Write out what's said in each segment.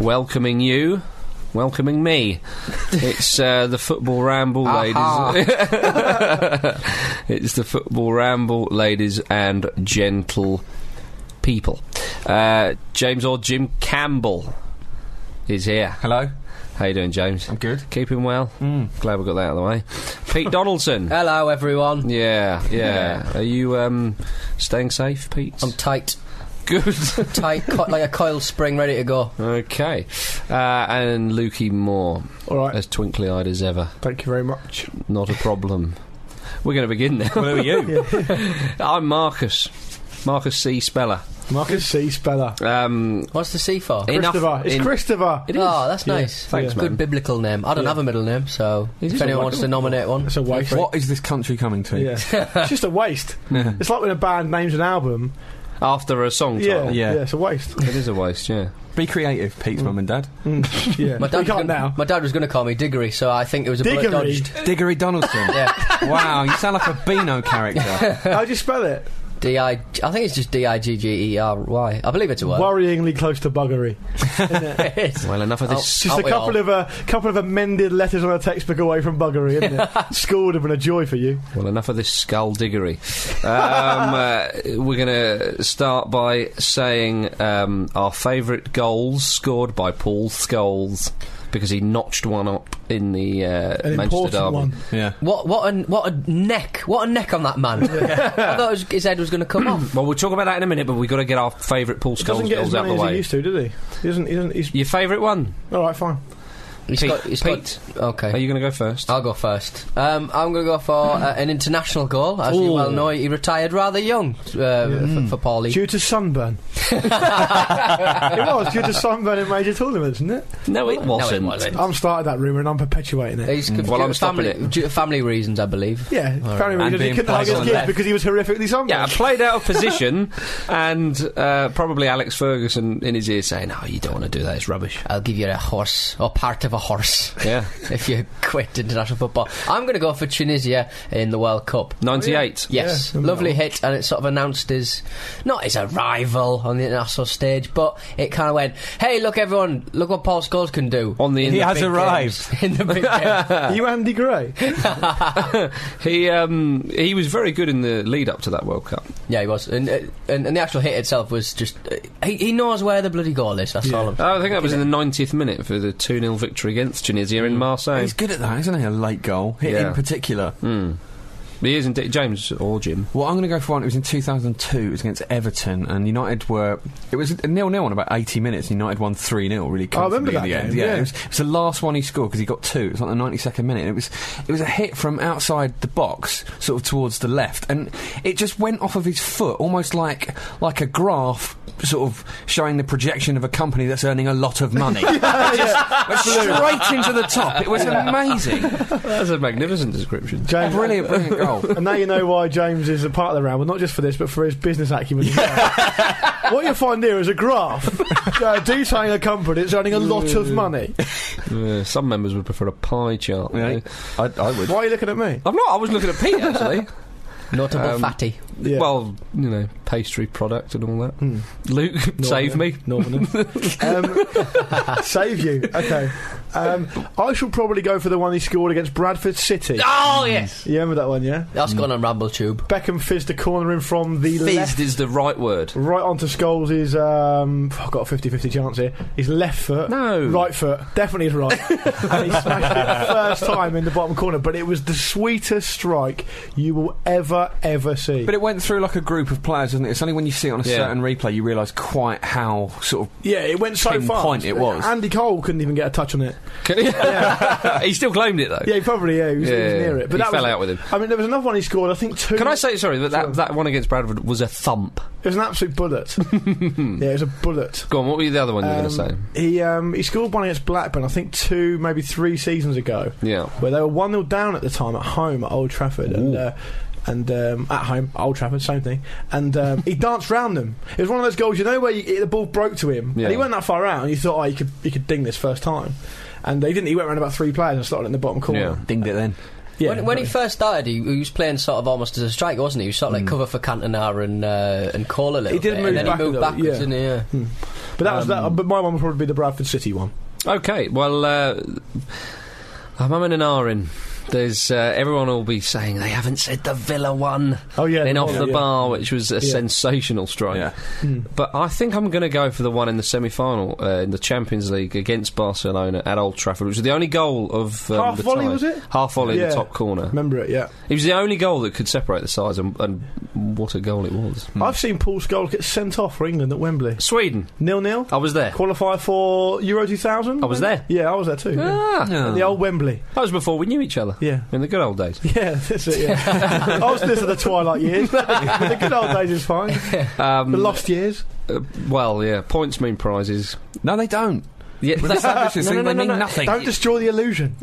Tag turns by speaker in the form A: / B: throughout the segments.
A: welcoming you, welcoming me. It's uh, the football ramble, ladies. it's the football ramble, ladies and gentle people. Uh, James or Jim Campbell is here.
B: Hello.
A: How you doing, James?
B: I'm good.
A: Keeping well. Glad we got that out of the way. Pete Donaldson.
C: Hello, everyone.
A: Yeah, yeah. Are you um, staying safe, Pete?
C: I'm tight,
A: good.
C: tight, co- like a coil spring, ready to go.
A: okay. Uh, and Lukey Moore,
D: All right.
A: as twinkly eyed as ever.
D: Thank you very much.
A: Not a problem. We're going to begin now.
B: Well, who are you?
A: I'm Marcus. Marcus C. Speller.
D: Marcus C. Speller.
A: Um,
C: What's the C for?
A: It- Enough
D: Christopher. It's
A: in-
D: Christopher.
A: it is.
C: oh, that's
D: Yeah.
C: nice.
A: Thanks,
C: Good
A: man.
C: biblical name. I don't have a middle name, so
A: It is
C: if
A: a wonderful-
C: anyone wants to nominate one,
D: It's a waste.
B: what is this country coming to?
D: Yeah. it's just a waste.
B: Yeah.
D: It's like when a band names an album.
A: After a song
D: Yeah,
A: title.
B: Yeah.
D: yeah. It's a waste.
A: It is a waste, yeah.
B: Be creative, Pete's mum and dad.
D: Mm.
C: my,
D: yeah. But you
C: dad was
D: can't
C: gonna,
D: now.
C: my dad was going to call me Diggory, so I think it was a bullet
D: Diggory?
C: dodged.
B: Diggory Donaldson.
C: Yeah,
B: Wow, you sound like a Beano character.
D: How do you spell it?
C: D I. I think it's just D I G G E R Y. I believe it's a word.
D: Worryingly close to buggery.
A: Well, enough of
C: Oh,
A: this.
D: Just
C: Aren't
D: a
C: we
D: couple
C: all?
D: of a couple of amended letters on a textbook away from buggery, isn't it? School would have been a joy for you.
A: Well, enough of this skulldiggery. Um, uh, we're going to start by saying um, our favourite goals scored by Paul Scholes because he notched one up in the uh,
D: An
A: Manchester
D: important
A: derby.
D: one.
B: yeah.
C: What what a what a neck! What a neck on that man! I thought his- his head was going to come off.
A: Well, we'll talk about that in a minute, but we've got to get our favourite Paul
D: He doesn't
A: Scholes
D: get as
A: goals out
D: many
A: the
D: as he
A: way.
D: used to, does he? He doesn't. He doesn't. He's
A: Your favourite one?
D: all right. Fine.
C: He's
A: Pete,
C: got- he's got- Uh,
A: Pete
C: okay.
A: are you going to go first?
C: I'll go first. Um, I'm going to go for uh, an international goal. As you
A: Ooh. Mm.
C: well know, he retired rather young uh, for, for Paulie.
D: Due to sunburn. it was due to sunburn in major tournaments, isn't it?
A: No, it wasn't.
C: wasn't.
D: I'm started that rumour and I'm perpetuating it.
C: He's due
A: Mm. Well,
C: to
A: I'm stopping
C: family,
A: it.
C: due to family reasons, I believe.
D: Yeah, apparently
B: And
D: he
B: being
D: couldn't hug
B: placed
D: his
B: on
D: kids
B: left.
D: because he was horrifically sunburned.
A: Yeah, I played out of position, and uh, probably Alex Ferguson in his ear saying, "Oh, you don't want to do that. It's rubbish."
C: I'll give you a horse or part of a horse
A: Yeah,
C: if you quit international football. I'm going to go for Tunisia in the World Cup.
A: ninety-eight.
C: Yes,
D: Yeah,
C: lovely hit, and it sort of announced his not his arrival on the international stage, but it kind of went, "Hey, look everyone, look what Paul Scholes can do."
A: On the,
B: He
C: the
B: has
C: big
B: arrived.
C: games." in the big game.
D: Are you Andy Gray?
A: he um, he was very good in the lead up to that World Cup.
C: Yeah, he was, and, uh, and and the actual hit itself was just uh, he, he knows where the bloody goal is. That's all. I'm
A: Oh, I think that was in the ninetieth minute for the two 0 victory against Tunisia in Marseille.
B: He's good at that, isn't he? A late goal, hit
A: Yeah.
B: in particular.
A: He is indeed James or Jim.
B: Well, I'm going to go for one. It was in 2002. It was against Everton, and United were. It was nil nil on about 80 minutes. and United won three 0 Really,
D: I remember
B: comfortably in
D: that
B: the
D: game,
B: end. Yeah,
D: yeah.
B: It, was, it was the last one he scored because he got two. It was like the 92nd minute. It was it was a hit from outside the box, sort of towards the left, and it just went off of his foot, almost like like a graph, sort of showing the projection of a company that's earning a lot of money. It just went straight into the top. It was amazing.
A: That's a magnificent description.
D: James.
B: Brilliant, brilliant goal.
D: And now you know why James is a part of the round, well, not just for this, but for his business acumen. as well. what you'll find here is a graph uh, detailing a company that's earning a lot
B: Mm.
D: of money.
A: Uh, some members would prefer a pie chart.
B: Yeah, I, I would.
D: Why are you looking at me?
A: I'm not. I was looking at Pete actually.
C: Notable
A: Um,
C: fatty.
D: Yeah. Hmm.
A: Well, you know, pastry product and all that. Luke, save me.
D: Northern. um, save you. Okay. Um, I shall probably go for the one he scored against Bradford City.
C: Oh yes,
D: You remember that one, yeah?
C: that's gone on Ramble Tube.
D: Beckham fizzed the corner in from the left.
A: Fizzed is the right word.
D: Right onto Scholes' um, I've got a 50-50 chance here. His left foot,
A: No.
D: right foot, definitely his right, and he smashed it first time in the bottom corner. But it was the sweetest strike you will ever ever see.
B: But it went through like a group of players, wasn't it? It's only when you see it on a
A: Yeah.
B: certain replay you realise quite how sort of.
D: yeah, it went so far.
B: pinpoint it was.
D: Andy Cole couldn't even get a touch on it.
A: Can he? he still claimed it though.
D: Yeah, he probably yeah, he was, he was
A: Yeah,
D: near it. But
A: he
D: that
A: fell
D: was,
A: out with him.
D: I mean, there was another one he scored. I think two.
A: Can I say sorry that that, that one against Bradford was a thump?
D: It was an absolute bullet. yeah, it was a bullet.
A: Go on, what were the other one you were going to
D: Um, He um, he scored one against Blackburn, I think two, maybe three seasons ago,
A: say? Yeah.
D: where they were one 0 down at the time at home at Old Trafford, and uh, and um, at home Old Trafford, same thing. And um, he danced round them. It was one of those goals, you know, where you, the ball broke to him,
A: Yeah.
D: and he went that far out, and you thought, oh, he could he could ding this first time, and they didn't. He went round about three players and started in the bottom corner.
B: Dinged it then.
D: Yeah,
C: when, when he first started, he, he was playing sort of almost as a striker, wasn't he? He was sort of like cover for Cantona and uh, and Cole a little
D: Mm. He did
C: bit,
D: move
C: and then he
D: back a
C: moved
D: little,
C: backwards,
D: yeah.
C: didn't he? Yeah.
D: but that was that. But my one would probably be the Bradford City one.
A: Okay, well, uh, I'm having an R in. There's uh, everyone will be saying they haven't said the Villa one
D: Oh yeah,
A: in
D: the
A: off
D: one,
A: the
D: yeah.
A: bar, which was a sensational strike.
B: Yeah.
A: But I think I'm going to go for the one in the semi-final uh, in the Champions League against Barcelona at Old Trafford, which was the only goal of um,
D: Half
A: the
D: volley,
A: tie.
D: was it?
A: Half volley in
D: Yeah.
A: the top corner.
D: Remember it, yeah.
A: It was the only goal that could separate the sides, and, and what a goal it was!
D: I've seen Paul Scholes get sent off for England at Wembley.
A: Sweden,
D: Nil nil.
A: I was there.
D: Qualify for Euro 2000.
A: I was there.
D: Yeah, I was there too. yeah.
A: Ah,
B: Yeah.
D: The old Wembley.
A: that was before we knew each other.
D: Yeah.
A: in the good old days.
D: Yeah, that's it. Yeah, I was this at the twilight years. the good old days is fine.
A: Um,
D: The lost years.
A: Uh, well, yeah, points mean prizes.
B: No, they don't.
A: Yeah,
B: We've established this
A: no,
B: thing.
A: no,
B: they
A: no,
B: mean
A: no.
B: nothing.
D: Don't destroy the illusion.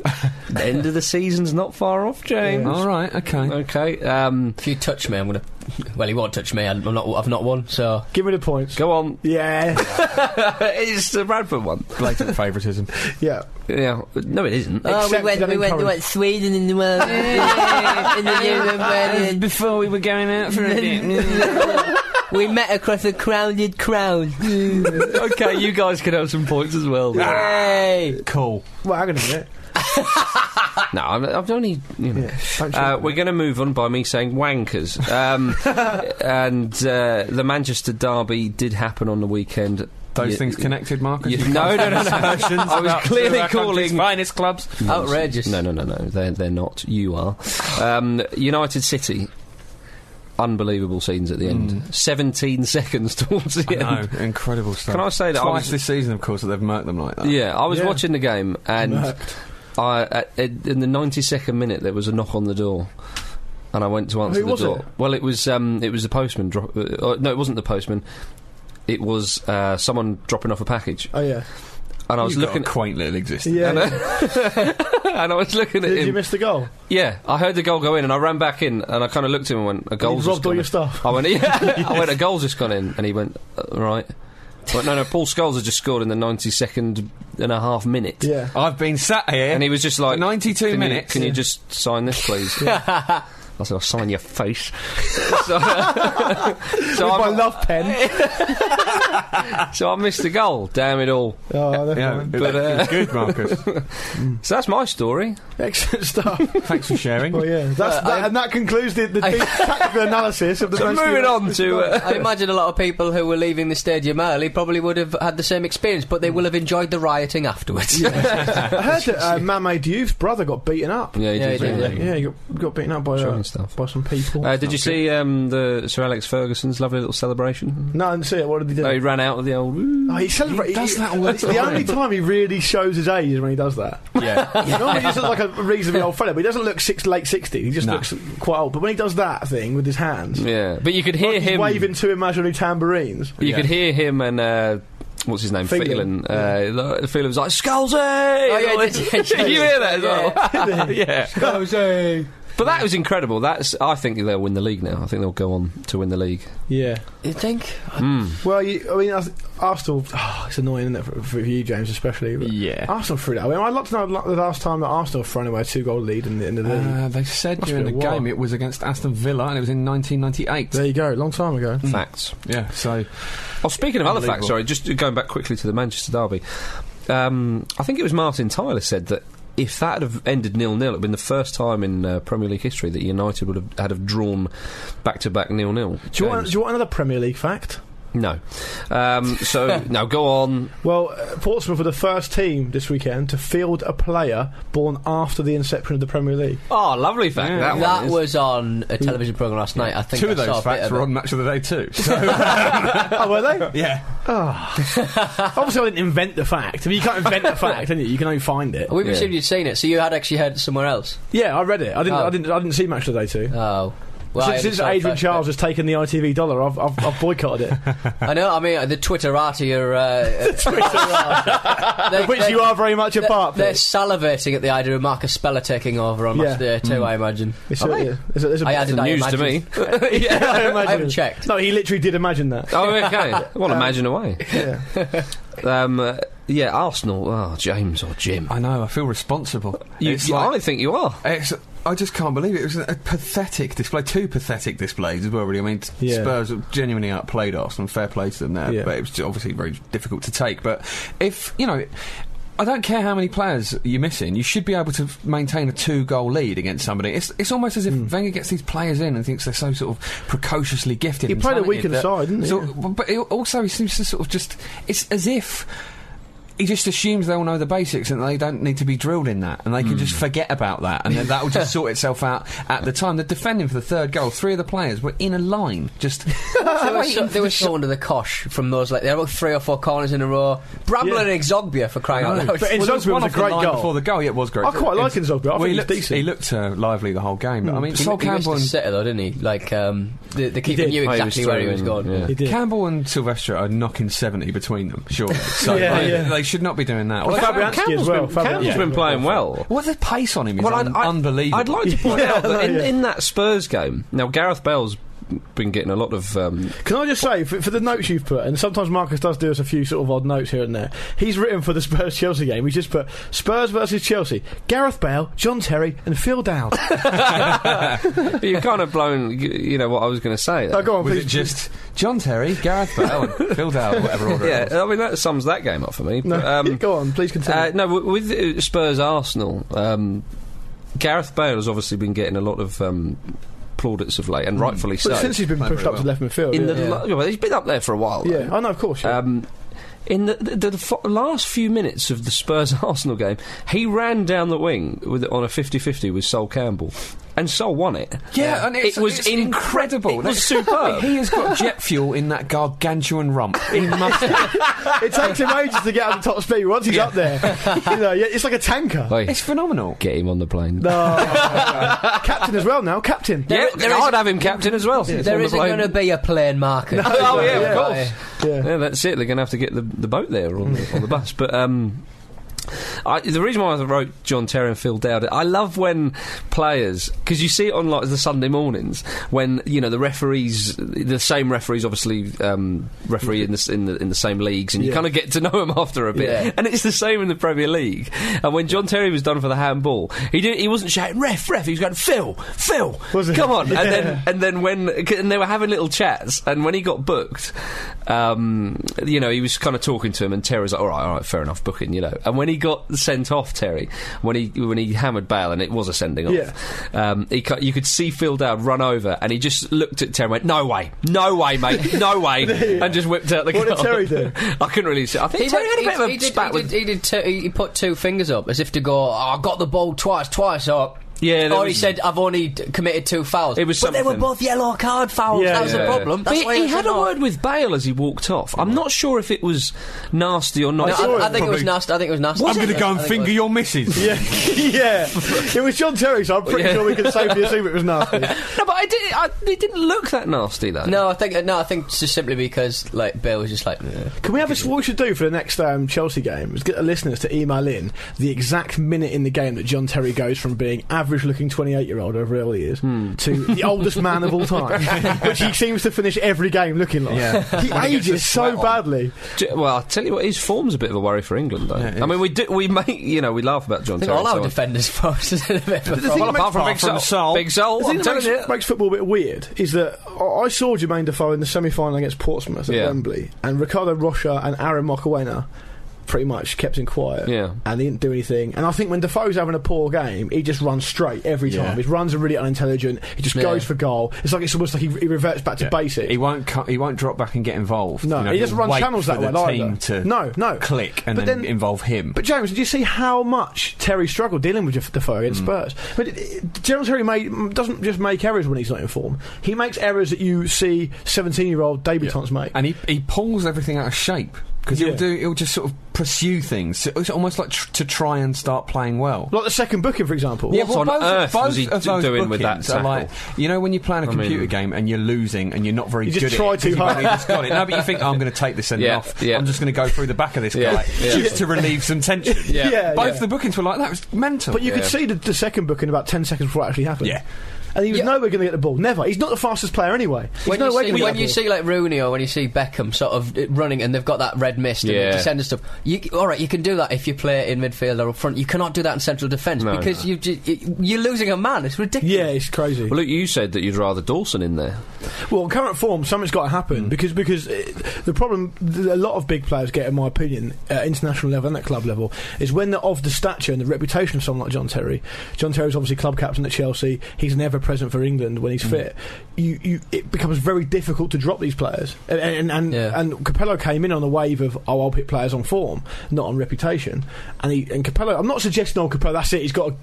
A: the end of the season's not far off, James.
B: All right. Okay.
A: Okay, um,
C: If you touch me, I'm gonna. Well, he won't touch me. I'm not. I've not won. So
D: Give me the points.
A: go on.
D: Yeah,
A: it's the Bradford one.
B: Blatant favouritism.
D: yeah.
A: Yeah, no, it isn't.
D: Oh, we Accepted went- and we went- we went encouraged.
C: Sweden in the world. in the
B: Before we were going out for a
C: we met across a crowded crowd.
A: okay, you guys can have some points as well. no,
B: Ah!
C: Yay!
B: Cool.
D: Well, hang on a minute.
A: I'm, I've only. You know.
D: Yeah, don't
A: Uh,
D: shoot.
A: we're going to move on by me saying wankers. Um, and uh, the Manchester derby did happen on the weekend.
B: Those
A: You-
B: things connected, Marcus.
A: you- no, no, no, no. I was clearly calling
B: finest clubs.
C: Outrageous.
A: No, no, no, no. They're they're not. You are. Um, United City. Unbelievable scenes at the end.
B: Mm.
A: 17 seconds towards the end.
B: No, incredible stuff.
A: Can I say that I
B: Twice
A: was-
B: this season, of course, that they've murked them like that.
A: Yeah, I was
D: Yeah.
A: watching the game and
D: Murked.
A: I at, at, in the 92nd minute there was a knock on the door. And I went to answer
D: Who
A: the
D: was
A: door.
D: it?
A: Well, it was um, it was the postman. Dro- uh, uh, no, it wasn't the postman. It was uh, someone dropping off a package.
D: Oh yeah.
A: And I was
B: You've got
A: looking.
B: a quaint little existence.
D: Yeah.
A: and, I, and I was looking at
D: Did you
A: him.
D: miss the goal?
A: Yeah, I heard the goal go in, and I ran back in, and I kind of looked at him and went, "A
D: He
A: goal's just
D: robbed all
A: gone
D: your
A: in."
D: stuff.
A: I went, yeah. I went, a goal's just gone in, and he went, "Uh, right. I went, no, no, Paul Scholes had just scored in the 92nd and a half minute.
D: Yeah.
B: I've been sat here.
A: And he was just like,
B: For 92
A: can you-
B: minutes.
A: can you
B: Yeah.
A: just sign this, please? I said, I'll sign your face. so, so
D: With my
A: I,
D: love pen.
A: so I missed the goal. Damn it all.
D: Oh, they're
B: yeah,
D: fine.
B: it-
A: But, uh,
B: it's good, Marcus.
A: So that's my story.
D: Excellent stuff.
B: Thanks for sharing.
D: Well, yeah, that's, that, and that concludes the, the deep tactical analysis of the.
A: Uh, So
D: most-
A: moving on to. Uh,
C: I imagine a lot of people who were leaving the stadium early probably would have had the same experience, but
D: Mm.
C: they will have enjoyed the rioting afterwards.
D: I heard that uh, Mame Diouf's brother got beaten up.
A: yeah, he
C: Yeah,
A: did,
C: he did,
A: yeah.
D: Yeah, he got, got beaten up by uh,
A: Showing stuff.
D: by some people.
A: Uh, did you see um, the Sir Alex Ferguson's lovely little celebration?
D: no, I didn't see it. What did he do?
A: No, he ran out of the old.
D: Oh, he celebrates.
B: does that all the
D: it's the
B: time.
D: only time he really shows his age is when he does that.
B: Yeah.
D: Normally, he just looks like a reasonably old fella, but he doesn't look six, late 60s. He just
B: No.
D: looks quite old. But when he does that thing with his hands,
A: Yeah, but you could hear
D: he's
A: him
D: waving two imaginary tambourines.
A: You
B: Yeah.
A: could hear him and uh, what's his name,
D: Phelan.
A: Phelan. Uh, like, Phelan was like, "Skulls!" Oh,
C: yeah,
A: did, you hear that as well? yeah,
D: yeah.
A: but that was incredible. That's I think they'll win the league now. I think they'll go on to win the league.
D: Yeah.
C: you think?
A: Mm.
D: Well, you, I mean, I th- Arsenal, oh, it's annoying, isn't it, for, for you, James, especially? But
B: Yeah.
D: Arsenal threw that away. I'd like to know like, the last time that Arsenal thrown away a two goal lead in the end of the league.
B: Uh, they said
D: Must
B: during
D: be
B: the
D: a while.
B: game it was against Aston Villa and it was in 1998.
D: There you go, long time ago.
A: Facts.
B: yeah, so
A: Oh, speaking of other
B: Unbelievable.
A: facts, sorry, just going back quickly to the Manchester derby. um, I think it was Martin Tyler said that if that had have ended nil nil, it'd been the first time in uh, Premier League history that United would have had have drawn back to back nil nil.
D: Do you, want, do you want another Premier League fact?
A: No. Um, so now go on.
D: Well, uh, Portsmouth were the first team this weekend to field a player born after the inception of the Premier League.
A: Oh, lovely fact.
B: Yeah.
A: That,
C: That
A: one is.
C: was on
D: Mm.
C: a television programme last night. I think
B: Two
C: I
B: of
C: saw
B: those
C: a
B: facts
C: bit
B: were
C: of
B: on Match of the Day too. So
D: oh, were they?
B: yeah,
D: Obviously, I didn't invent the fact. I mean, you can't invent a fact, can you? You can only find it.
C: it. We've
A: Yeah.
C: assumed you'd seen it, so you had actually heard it somewhere else.
D: Yeah, I read it. I didn't.
C: Oh.
D: I didn't. I didn't see Match Today too.
C: Oh. Well, I only
D: since since
C: saw it
D: Adrian
C: first,
D: Charles has taken the ITV dollar, I've, I've, I've boycotted it.
C: but- I know. I mean, the Twitterati are. Uh, Twitterati. They-
D: Which
C: they-
D: you are very much a
C: They're,
D: part.
C: they're
D: of.
C: salivating at the idea of Marcus Speller taking over on
D: Yeah.
C: match day
A: Hmm.
C: too. I imagine.
D: It's a- yeah, it's a- it's a-
C: I added
A: It's news
C: I
A: to me.
C: imagine.
D: Yeah, I imagine.
C: haven't checked.
D: No, he literally did imagine that.
A: Oh, okay. Well, imagine away.
D: Yeah.
A: Um, uh, yeah, Arsenal. Oh, James or Jim.
B: I know. I feel responsible.
A: You,
B: It's
A: you-
B: like-
A: I think you are.
B: It's, I just can't believe it. It was a, a pathetic display. Two pathetic displays as well, really. I mean, t-
D: Yeah.
B: Spurs genuinely outplayed Arsenal. Fair play to them there.
D: Yeah.
B: But it was obviously very difficult to take. But if, you know. I don't care how many players you're missing. You should be able to f- maintain a two-goal lead against somebody. It's, it's almost as if
D: Hmm.
B: Wenger gets these players in and thinks they're so sort of precociously gifted.
D: He
B: and
D: played a
B: talented
D: weakened
B: that-
D: side, didn't he?
B: So, but it also, he seems to sort of just. It's as if he just assumes they all know the basics and they don't need to be drilled in that and they can just
D: Hmm.
B: forget about that and then that will just sort itself out at the time. The defending for the third goal, three of the players were in a line, just
C: They were,
B: waiting
C: so,
B: for
C: they
B: the
C: were
B: shot.
C: so under the cosh from those. Like they were three or four corners in a row. Bramble
D: Yeah.
C: and Exogbia for crying out loud.
D: But in-
B: Well,
D: Zogby
B: there
D: was
B: one
D: a
B: off the
D: great
B: line
D: goal.
B: before the goal. Yeah, it was great.
D: I quite like him, Zogby. I think
B: he
D: he's
B: looked,
D: decent. Hmm.
B: He looked uh, lively the whole game. But I mean,
C: He,
B: Sol
C: he missed
B: Campbell
C: a
B: and,
C: sitter though, didn't he? Like um, the, the keeper
D: did.
C: knew
A: Oh, he was
C: exactly where he
A: thrown
C: was
A: in,
C: going.
A: yeah.
D: He did.
B: Campbell and Silvestre are knocking seventy between them. Sure, so
D: Yeah,
B: they,
D: yeah.
B: they should not be doing that.
D: Well,
B: Although-
D: Fabianski as well.
A: been,
D: Fabianski
A: Campbell's
D: as
A: been
D: well.
A: playing well.
B: what the pace on him is un-
A: I'd,
B: unbelievable.
A: I'd like to point
D: Yeah,
A: out that in,
D: yeah.
A: in that Spurs game, now Gareth Bale's been getting a lot of. Um,
D: Can I just say, for, for the notes you've put, and sometimes Marcus does do us a few sort of odd notes here and there. He's written for the Spurs Chelsea game. He's just put Spurs versus Chelsea, Gareth Bale, John Terry, and Phil Dowd.
A: but you've kind of blown, y- you know, what I was going to say. there.
D: oh, go on,
B: Was
D: please.
B: it just John Terry, Gareth Bale, and Phil Dowd, whatever order? it was?
D: uh,
A: yeah, I mean, that sums that game up for me.
D: no,
A: But, um,
D: go on, please continue.
A: uh, no, w- with uh, Spurs Arsenal, um, Gareth Bale has obviously been getting a lot of um, plaudits of late, and rightfully so.
D: but Mm. since he's been
B: Played
D: pushed
B: very
D: up to left midfield,
A: in
D: yeah.
A: the lo- well, he's been up there for a while. though.
D: yeah, I know, of course. Yeah.
A: Um, in the, the, the fo- last few minutes of the Spurs Arsenal game, he ran down the wing with, on a 50 50 with Sol Campbell, and Sol won it.
B: Yeah, and it's,
A: It was
B: it's
A: inc-
B: incredible.
A: it was
B: That's-
A: superb.
B: He has got jet fuel in that gargantuan rump. He must
D: it takes him ages to get out of top speed once he's up there. you know, yeah, it's like a tanker.
A: Oi,
B: It's phenomenal.
A: get him on the plane.
D: No. captain as well now, captain.
A: Yeah,
C: There- there
A: I'd
C: is-
A: have him captain as well. It's on
C: There
A: the
C: isn't
A: plane.
C: going to be a plain market.
A: Oh, yeah,
D: Yeah.
A: of course.
D: Yeah.
A: Yeah, that's it. They're going to have to get the, the boat there or the, or the bus. But um, I, the reason why I wrote John Terry and Phil Dowd, I love when players, because you see it on like the Sunday mornings when you know the referees, the same referees, obviously um, referee in the, s- in the in the same leagues, and you
D: Yeah.
A: kind of get to know them after a bit.
C: Yeah.
A: And it's the same in the Premier League. And when John Terry was done for the handball, he didn't, he wasn't shouting ref ref. He was going Phil Phil,
D: Was he?
A: come on.
D: Yeah.
A: And then and then when and they were having little chats, and when he got booked, um, you know, he was kind of talking to him, and Terry was like, "All right, all right, fair enough, booking," you know. And when he got sent off, Terry, when he when he hammered Bale, and it was a sending off,
D: Yeah.
A: um, he cu- you could see Phil Dowd run over, and he just looked at Terry, and went, "No way, no way, mate, no way," and just whipped out the
D: What did
A: goal.
D: Terry do?
A: I couldn't really see. I think Terry had a
C: went-
A: bit of a
C: he did-
A: spat
C: he
A: with.
C: did- he did two- he- he put two fingers up as if to go, oh, I got the ball twice, twice up.
A: Yeah, there
C: or he
A: was-
C: said, I've only d- committed two fouls.
A: It was
C: but they were
A: something.
C: both yellow card fouls.
D: Yeah,
C: that was
D: yeah.
C: the problem.
A: But
C: That's
A: he,
C: why
A: he
C: was
A: had a
C: annoyed.
A: word with Bale as he walked off. I'm not sure if it was nasty or not.
C: No,
A: It's-
C: I, I think it was
B: probably-
C: nasty. I think it was nasty.
B: I'm going to go and
C: I think it
B: finger your missus.
D: Yeah, yeah. It was John Terry, so I'm pretty
A: Yeah.
D: sure we can safely assume it was nasty.
A: No, but I did. I, they didn't look that nasty though.
C: was- No, I think no, I think just simply because like Bill was just like, "Yeah."
D: Can we have a, what we should do for the next um, Chelsea game is get the listeners to email in the exact minute in the game that John Terry goes from being average looking 28 year old, over all he is,
B: Hmm.
D: to the oldest man of all time, which he seems to finish every game looking like.
B: Yeah.
D: He
B: When he gets the
D: ages
B: sweat
D: so
B: on.
D: badly.
A: J- well, I tell you what, his form's a bit of a worry for England though.
B: Yeah, it is.
A: I mean, we do, we make you know we laugh about John
C: I think
A: Terry.
C: all
A: and so
C: our
A: on.
C: defenders fouls is a bit of a
D: The thing
A: well,
D: that
A: apart from Big
B: makes-
A: Sol,
B: apart from Sol.
A: Big Sol,
D: The thing
A: I'm
D: that
A: telling you.
D: makes, makes football a bit weird is that I I saw Jermaine Defoe in the semi final against Portsmouth at
A: Yeah.
D: Wembley, and Ricardo Rocha and Aaron Mokawena pretty much kept him quiet.
A: Yeah.
D: And he didn't do anything. And I think when Defoe's having a poor game, he just runs straight every
B: Yeah.
D: time. His runs are really unintelligent. He just
C: Yeah.
D: goes for goal. It's like it's almost like he, he reverts back to basics.
B: He won't. Cu- he won't drop back and get involved.
D: No,
B: you know,
D: he doesn't
B: he'll
D: run
B: wait
D: channels
B: for
D: that
B: the
D: well
B: team
D: either.
B: to
D: No, no.
B: click and
D: But
B: then,
D: then-
B: involve him.
D: But James, did you see how much Terry struggled dealing with Def- Defoe
C: Hmm.
D: against Spurs? But it- it- General Terry made, m- doesn't just make errors when he's not in form. He makes errors that you see seventeen-year-old debutants make.
B: and he he pulls everything out of shape because
D: Yeah.
B: he'll do. He'll just sort of pursue things. So It's almost like tr- to try and start playing well.
D: like the second booking, for example.
A: What on earth was he d- doing with that
B: bookings are Like, you know, when you're playing a
A: mean-
B: computer game and you're losing and you're not very
D: You just
B: good
D: try
B: at it 'cause
D: too
B: you've
D: hard.
B: only just got it. No, but you think, "Oh, I'm going to take this end
A: Yeah,
B: off.
A: yeah.
B: I'm just going to go through the back of this
A: Yeah,
B: guy
A: yeah.
B: just to relieve some tension.
A: Yeah.
D: yeah.
B: Both
D: yeah.
B: the bookings were like that. It was mental.
D: But you could see the, the second booking about ten seconds before it actually happened.
B: Yeah.
D: And he was
C: Yeah.
D: nowhere going to get the ball. Never. He's not the fastest player anyway. He's
C: When, you,
D: nowhere
C: see,
D: gonna
C: when
D: get
C: you
D: the
C: see like Rooney or when you see Beckham sort of uh, running and they've got that red mist and
A: Yeah.
C: it descends and stuff, you, all right, you can do that if you play in midfield or up front. You cannot do that in central defence
A: No,
C: because you ju- you you're losing a man. It's
D: ball.
C: ridiculous.
D: yeah, it's crazy.
A: Well, look, you said that you'd rather Dawson in there.
D: Well, in current form, something's got to happen
A: Mm.
D: because because it, the problem that a lot of big players get, in my opinion, at international level and at club level, is when they're of the stature and the reputation of someone like John Terry. John Terry's obviously club captain at Chelsea. He's never present for England when he's
A: Mm.
D: fit. You, you, it becomes very difficult to drop these players. And and and,
C: Yeah.
D: and Capello came in on a wave of oh, I'll pick players on form, not on reputation. And he and Capello, I'm not suggesting oh Capello, that's it. He's got. to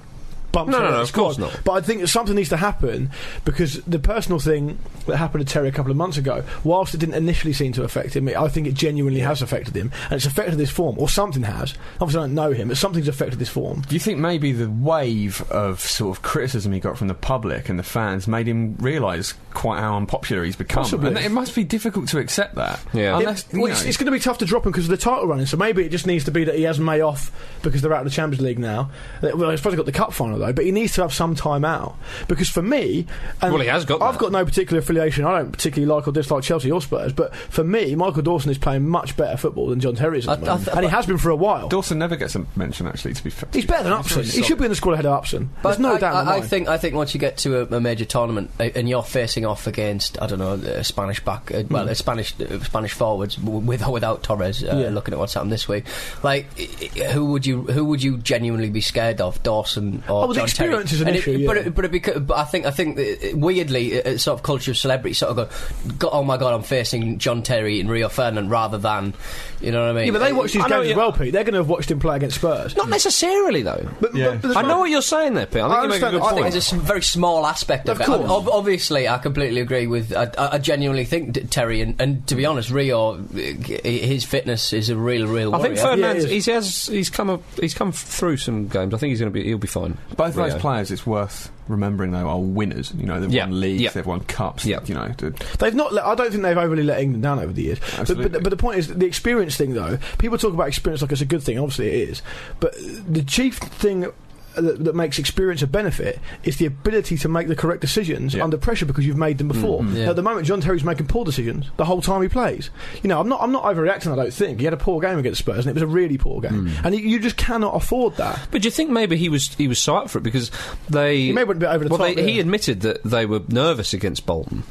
D: Bump
A: No,
D: to
A: no,
D: the
A: no,
D: next
A: of course
D: squad.
A: not.
D: But I think that something needs to happen because the personal thing that happened to Terry a couple of months ago, whilst it didn't initially seem to affect him, it, I think it genuinely has affected him, and it's affected his form, or something has. Obviously, I don't know him, but something's affected his form.
B: Do you think maybe the wave of sort of criticism he got from the public and the fans made him realise quite how unpopular he's become?
D: Possibly.
B: And it must be difficult to accept that.
A: Yeah.
B: Unless,
D: It-
B: you
D: well, it's,
B: know,
D: it's going to be tough to drop him because of the title running. So maybe it just needs to be that he has May off because they're out of the Champions League now. Well, he's probably got the cup final though, but he needs to have some time out because for me, and
A: Well, he has got
D: I've
A: that.
D: got no particular affiliation. I don't particularly like or dislike Chelsea or Spurs, but for me, Michael Dawson is playing much better football than John Terry is
C: I-
D: at the
C: I
D: moment,
C: th-
D: and he has been for a while.
B: Dawson never gets a mention, actually, to be fair.
D: He's better than Upson. He should be in the squad ahead of Upson. There's no
C: I,
D: doubt. in my
C: I, I
D: mind.
C: think I think once you get to a, a major tournament uh, and you're facing off against I don't know a Spanish back uh, well a Spanish uh, Spanish forwards w- with or without Torres uh,
D: Mm. Yeah.
C: looking at what's happened this week like i- i- who would you who would you genuinely be scared of Dawson or
D: Oh, the
C: John
D: experience
C: Terry?
D: is an
C: And
D: issue,
C: it,
D: yeah.
C: but, it, but, it beca- but I think I think that it- weirdly it- it's sort of culture of celebrity sort of go, go oh my god I'm facing John Terry and Rio Ferdinand rather than you know what I mean
D: yeah, but they watch these
A: I know
D: games as
A: you-
D: well, Pete. They're going to have watched him play against Spurs.
A: Not necessarily, though.
D: But,
B: Yeah.
D: there's
A: I
D: no-
A: know what you're saying there, Pete. I think
D: I
A: you make a
D: understand-
A: good
D: I
A: point.
D: think
C: think it's a s- very small aspect of,
D: Of
C: it.
D: course.
C: Ob- obviously, I completely agree with. I, I I genuinely think that Terry and, and to be honest, Rio, uh, g- his fitness is a real, real.
A: I think
C: worry.
A: Fernand
D: Yeah, he
A: he's has he's come up, he's come through some games. I think he's going to be he'll be fine.
B: Both
A: Rio.
B: those players, it's worth remembering, though, are winners. You know, they've
A: Yeah,
B: won leagues,
A: yeah.
B: they've won cups,
A: Yeah.
B: you know. the-
D: They've not. Let, I don't think they've overly let England down over the years. But,
B: Absolutely.
D: but, but the point is the experience thing, though. People talk about experience like it's a good thing. Obviously, it is. But the chief thing. That, that makes experience a benefit is the ability to make the correct decisions
B: Yeah. Mm-hmm.
D: under pressure because you've made them before.
C: yeah.
D: Now, at the moment, John Terry's making poor decisions the whole time he plays. You know, I'm not, I'm not overreacting. I don't think he had a poor game against Spurs, and it was a really poor game.
B: Mm.
D: And you, you just cannot afford that.
A: But do you think maybe he was he was so up for it because they
D: He may have been a bit over the
A: well,
D: top,
A: they-
D: yeah.
A: he admitted that they were nervous against Bolton,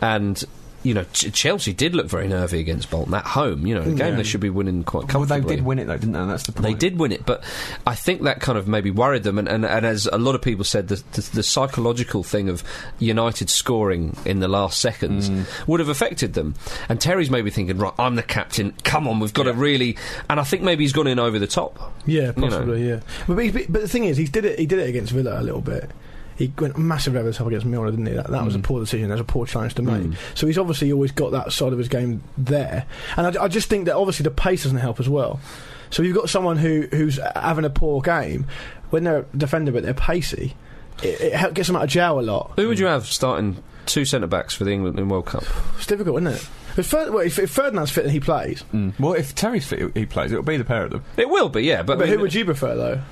A: and you know Ch- Chelsea did look very nervy against Bolton at home. You know, the game they should be winning quite
B: Well,
A: comfortably.
B: they did win it, though, didn't they? That's the point.
A: They did win it, but I think that kind of maybe worried them. And, and, and as a lot of people said, the, the, the psychological thing of United scoring in the last seconds
D: Mm.
A: would have affected them. And Terry's maybe thinking, right, I'm the captain. Come on, we've got to really. And I think maybe he's gone in over the top.
D: Yeah,
A: know.
D: possibly. Yeah, but, but, he's- but the thing is, he did it. He did it against Villa a little bit. He went massive over the top against Milner, didn't he? That, that was a
A: Mm.
D: poor decision. That was a poor challenge to make. So he's obviously always got that side of his game there. And I, I just think that obviously the pace doesn't help as well. So you've got someone who who's having a poor game when they're defending, but they're pacey. It, it help- gets them out of jail a lot.
A: Who would you have starting two centre backs for the England in World Cup?
D: It's difficult, isn't it? If, Fer- well, if, if Ferdinand's fit and he plays,
B: Mm. Well, if Terry's fit, he plays, it'll be the pair of them.
A: It will be, yeah. But,
D: but
A: I
D: who
A: mean,
D: would you prefer though?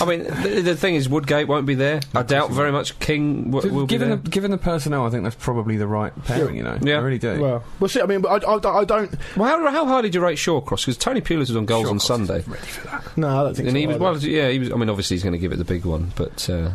A: I mean the, the thing is, Woodgate won't be there. I doubt very much King w- will be
B: given,
A: there.
B: the, given the personnel, I think that's probably the right pairing, you know.
A: Yeah.
B: I really do.
D: Well, we'll see. I mean, but I, I, I don't.
A: well, how, how high did you rate Shawcross? Because Tony Pulis was on goals on Sunday.
D: No, I don't think.
A: And
D: so
A: he was,
D: either.
A: well, yeah, he was. I mean, obviously, he's going to give it the big one, but uh,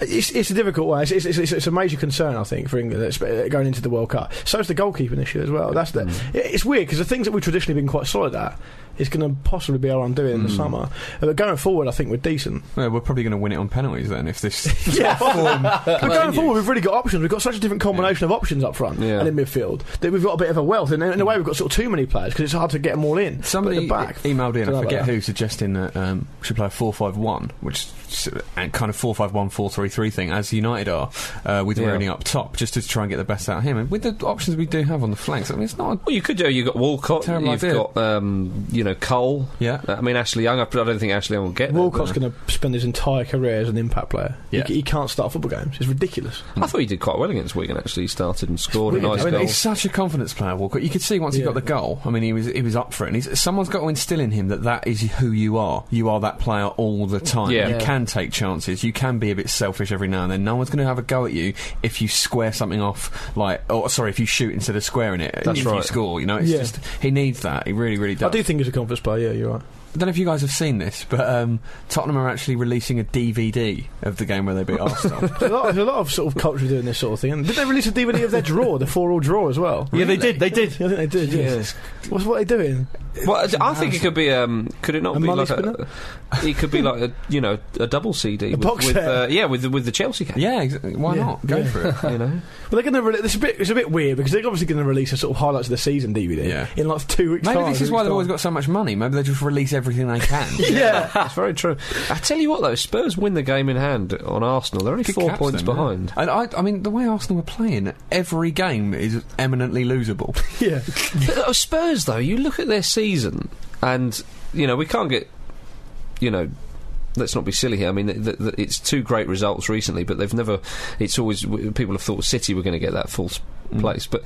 D: It's, it's a difficult one. It's, it's, it's, it's a major concern, I think, for England it's, uh, going
B: Mm.
D: into the World Cup. So is the goalkeeping issue as well. That's the. It's weird because the things that we've traditionally been quite solid at, is going to possibly be all I'm doing
B: Mm.
D: in the summer. Uh, But going forward, I think we're decent.
B: Well, we're probably going to win it on penalties then if this.
D: Yeah, but going
B: Continues.
D: forward, we've really got options. We've got such a different combination of options up front
A: Yeah.
D: and in midfield that we've got a bit of a wealth. And in a way, we've got sort of too many players because it's hard to get them all in. But
B: Somebody
D: at the back,
B: e- emailed in,
D: Don't know
B: I
D: about
B: forget
D: that.
B: who, suggesting that um, we should play 4 5 1, which s- and kind of 4 5 1, 4 3 3 thing, as United are, uh, with
A: Yeah.
B: Rooney up top, just to try and get the best out of him. And with the options we do have on the flanks, I mean, it's not. A,
A: Well, you could do. You've got Walcott.
B: Terrible
A: you've
B: idea.
A: got um, you know Cole.
B: Yeah.
A: I mean Ashley Young. I I don't think Ashley Young will get. there,
D: Walcott's
A: but-
D: going to spend his entire career as an impact player. He-
B: Yeah.
D: He, can't start football games. It's ridiculous.
A: I thought he did quite well against Wigan. Actually, he started and scored a
D: weird,
A: nice
D: I mean,
A: goal.
B: He's such a confidence player, Walcott. You could see once he
D: Yeah.
B: got the goal. I mean, he was he was up for it. And he's, someone's got to instill in him that that is who you are. You are that player all the time.
A: Yeah.
B: You
A: Yeah.
B: can take chances. You can be a bit selfish every now and then. No one's going to have a go at you if you square something off. Like, oh, sorry, if you shoot instead of squaring it.
A: That's
B: if You
A: right.
B: score. You know, it's
D: Yeah.
B: just he needs that. He really, really does.
D: I do think he's a confidence player. Yeah, you're right.
B: I don't know if you guys have seen this, but um, Tottenham are actually releasing a DVD of the game where they beat Arsenal.
D: There's a lot, there's a lot of sort of culture doing this sort of thing. And did they release a DVD of their draw, the four-all draw as well?
B: Yeah, they did,
D: They did. I think they did. Yes. What's what are they doing?
A: Well, I- I think it could be. Um, could it not
D: A
A: be
D: Molly
A: like a, It could be like a you know a double CD with,
D: box
A: with
D: set.
A: uh, yeah with the, with the Chelsea game.
B: yeah, ex- why
D: Yeah.
B: not? Go
D: Yeah.
B: for it.
A: You know,
D: Well, they're going to. Re- it's a bit. It's a bit weird because they're obviously going to release a sort of highlights of the season DVD
B: Yeah.
D: in like two weeks.
B: Maybe
D: time,
B: this is
D: three
B: why
D: weeks
B: they've always
D: time.
B: got so much money. Maybe they just release everything they can.
D: Yeah,
A: that's very true. I tell you what though, Spurs win the game in hand on Arsenal. They're only
B: Good
A: four
B: caps
A: points
B: then, yeah.
A: behind.
B: And I, I mean, the way Arsenal were playing, every game is eminently losable.
D: yeah.
A: But, uh, Spurs, though, you look at their season, and you know we can't get, you know, let's not be silly here. I mean, th th it's two great results recently, but they've never. It's always w- people have thought City were going to get that fourth
D: Mm.
B: Mm.
A: place, but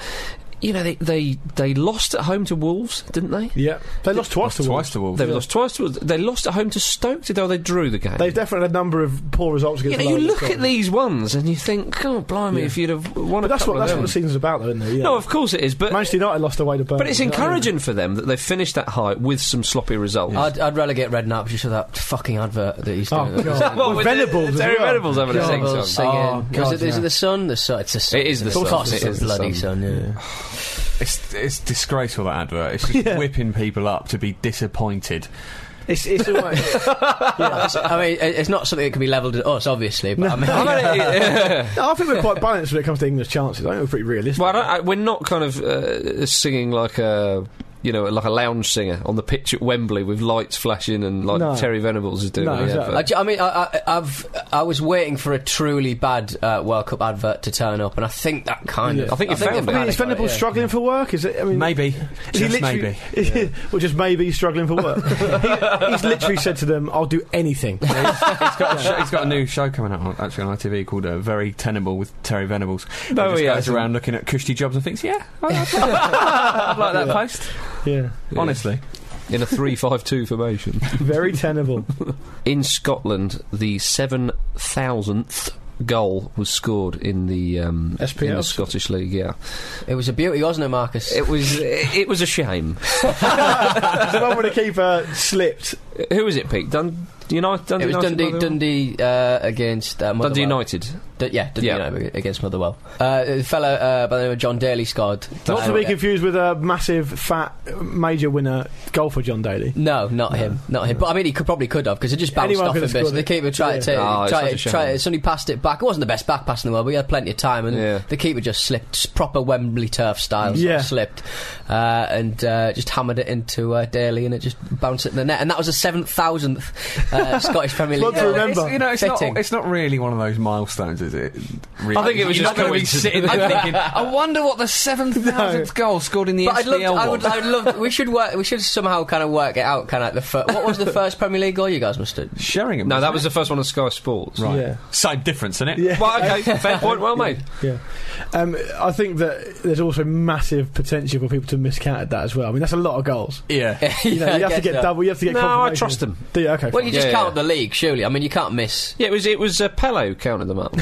A: you know they, they they lost at home to Wolves, didn't they?
D: Yeah, they lost twice. to
B: twice
D: Wolves.
B: to Wolves.
A: They've lost twice to. Wolves. They lost at home to Stoke, did they? They drew the game.
D: They've definitely had a number of poor results
A: you
D: against.
A: know, you
D: Lions,
A: look at
D: haven't they?
A: these ones and you think, God, blimey,
D: Yeah.
A: if you'd have won
D: But
A: a
D: that's
A: couple
D: what that's
A: of
D: what the
A: them.
D: season's about, though, isn't it? Yeah.
A: No, of course it is, but
D: Manchester United lost away to Burnley.
A: but it's
D: you know what I mean?
A: encouraging for them that they've finished that high with some sloppy results.
C: I'd, I'd relegate Redknapp just for that fucking advert that he's doing.
D: Oh, God.
A: Well, with
D: With
A: the-
D: Venables as
A: Terry
D: well.
A: Venables having a
D: God.
A: sing song.
C: Terrible singing.
D: Oh, God,
C: is, it, is it
D: yeah.
C: the sun? The sun. It's the sun.
A: It is the
C: Of
A: sun.
C: course,
A: It
C: it's the
A: is the
C: bloody
A: sun.
C: sun. yeah.
B: It's, it's disgraceful, that advert. It's just
D: Yeah.
B: whipping people up to be disappointed.
D: It's it's all right.
C: I mean, it- it's not something that can be levelled at us, obviously. But I mean,
D: No, I think we're quite balanced when it comes to England's chances. I think we're pretty realistic.
A: well, I don't, I, we're not kind of uh, singing like a you know like a lounge singer on the pitch at Wembley with lights flashing and like
D: No.
A: Terry Venables is doing.
D: No,
A: on the
D: exactly.
A: advert.
C: I, ju- I mean, I, I, I've I was waiting for a truly bad uh, World Cup advert to turn up, and I think that kind of.
D: Yeah. I
A: think you
C: they've
A: found it.
D: I mean,
C: kinda
D: is
C: got it,
D: Venables
C: yeah.
D: struggling for work? Is it? I mean,
B: Maybe.
D: Is he
B: Just
D: literally-
B: maybe.
D: or just maybe he's struggling for work. He- he's literally said to them, "I'll do anything."
B: He's got, a show, he's got a new show coming out on, actually on ITV called uh, Very Tenable with Terry Venables.
A: No,
B: he
A: he
B: just goes
A: hasn't.
B: around looking at cushy jobs and thinks, yeah, I, I like that post.
D: Yeah,
A: Yeah.
B: Honestly,
A: in a three-five-two formation.
D: very tenable.
A: In Scotland, the seven thousandth goal was scored in the um,
D: SPL.
A: in the Scottish League. Yeah,
C: It was a beauty, wasn't it, Marcus?
A: it was it, it was a shame.
D: It's the one where the keeper uh, slipped.
A: Who was it, Pete? Dun- United. Dundee
C: It was
A: United, by
C: Dundee,
A: the way?
C: Dundee uh, against uh, Motherwell.
A: Dundee United.
C: D- yeah, Dundee
A: Yeah.
C: United against Motherwell. Uh, a fella uh, by the name of John Daly scored.
D: Not to
C: Uh,
D: be confused with a massive, fat, major winner golfer, John Daly.
C: Uh, No, not him, not him. But I mean, he could probably could have because it just bounced
D: Anyone
C: off
D: could
C: him.
D: have scored
C: Basically, the keeper
D: it.
C: tried
D: Yeah.
C: to take,
A: Oh, it's
C: try
A: such a
C: it,
A: shame.
C: try it. Somebody passed it back. It wasn't the best back pass in the world, but he had plenty of time, and
A: Yeah.
C: the keeper just slipped, s- proper Wembley turf style, sort of
D: Yeah.
C: slipped, uh, and uh, just hammered it into uh, Daly, and it just bounced it in the net. And that was the seven thousandth uh, Scottish Premier
D: Well
C: League.
D: done.
C: goal.
D: remember.
B: It's, you know, it's not,
C: Fitting.
B: it's not really one of those milestones, is it? Really?
A: I think it was
B: You're
A: just
B: not gonna be
A: coincidence.
B: sitting there thinking, I wonder what the seven thousandth goal scored in the
C: But I'd love. To,
B: SPL
C: I would.
B: was.
C: I'd love. We should work. We should somehow kind of work it out. Kind of the fir- What was the first Premier League goal you guys must have?
B: Sheringham.
A: No,
B: wasn't
A: that was the first one on Sky Sports.
B: it? right.
D: Yeah.
B: Side difference, isn't it?
D: Yeah.
A: Well, okay, fair point, well made.
D: Yeah, um, I think that there's also massive potential for people to miscount that as well. I mean, that's a lot of goals.
B: Yeah.
D: You, know, you
C: I
D: have to get
C: that.
D: double. You have to get.
A: No, I
D: confirmation.
A: trust them.
D: Do you? Okay.
C: Well,
D: fine.
C: you just
A: Yeah,
C: count
A: yeah.
C: the league, surely. I mean, you can't miss.
A: Yeah, it was it was uh, Pele who counted them up.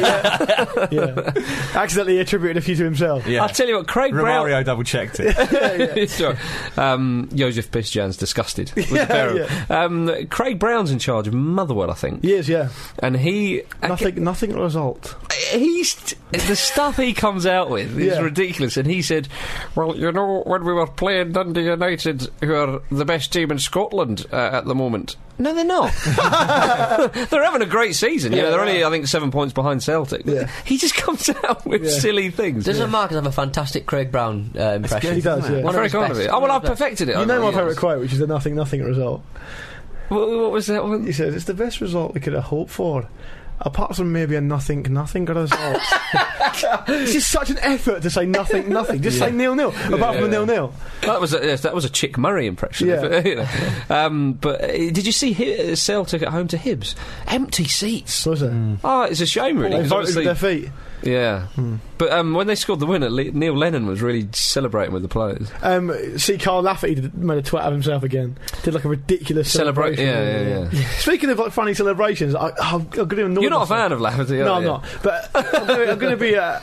D: yeah. Accidentally attributed a few to himself.
B: Yeah.
A: I'll tell you what, Craig Brown.
B: Romario double checked it.
A: Sorry. um, Josef Pisjan's disgusted. with the pair of them. Um, Craig Brown's in charge of Motherwell, I think,
D: Yes. Yeah.
A: and he
D: Nothing. Nothing result.
A: he's the stuff he comes out with is
D: Yeah.
A: ridiculous. And he said, "Well, you know, when we were playing Dundee United, who are the best team in Scotland uh, at the moment." No, they're not. they're having a great season. You know,
D: Yeah,
A: they're
D: they
A: only, I think, seven points behind Celtic.
D: Yeah.
A: He just comes out with
D: Yeah.
A: silly things.
C: Doesn't Marcus have a fantastic Craig Brown uh, impression?
D: He does, yeah.
A: I'm
C: One of
A: very
C: his
A: fond of
C: best.
A: it. Oh, well,
C: One of
A: I've
C: his best.
A: perfected it.
D: You know my
A: Yes.
D: favourite quote, which is the nothing nothing result.
A: What, what was that one?
D: He says it's the best result we could have hoped for. Apart from maybe a nothing nothing result. it's just such an effort to say nothing nothing. Just say nil nil. Apart from a nil nil.
A: That was a, yes, that was a Chick Murray impression.
D: Yeah.
A: you know. um, but uh, did you see Hi- uh, Celtic at home to Hibs? Empty seats.
D: So is it?
A: Oh, it's a shame, really.
D: They
A: 'cause
D: voted with
A: obviously-
D: their feet.
A: yeah. But um, when they scored the winner, Le- Neil Lennon was really celebrating with the players.
D: Um, see, Carl Lafferty did, made a twat of himself again. Did like a ridiculous
A: Celebrate.
D: celebration.
A: yeah, yeah, yeah.
D: Speaking of like funny celebrations, I, I'm going to annoy
A: You're not a
D: myself.
A: fan of Lafferty, are
D: No, I'm
A: you?
D: not. But I'm gonna- I'm going to be. Uh,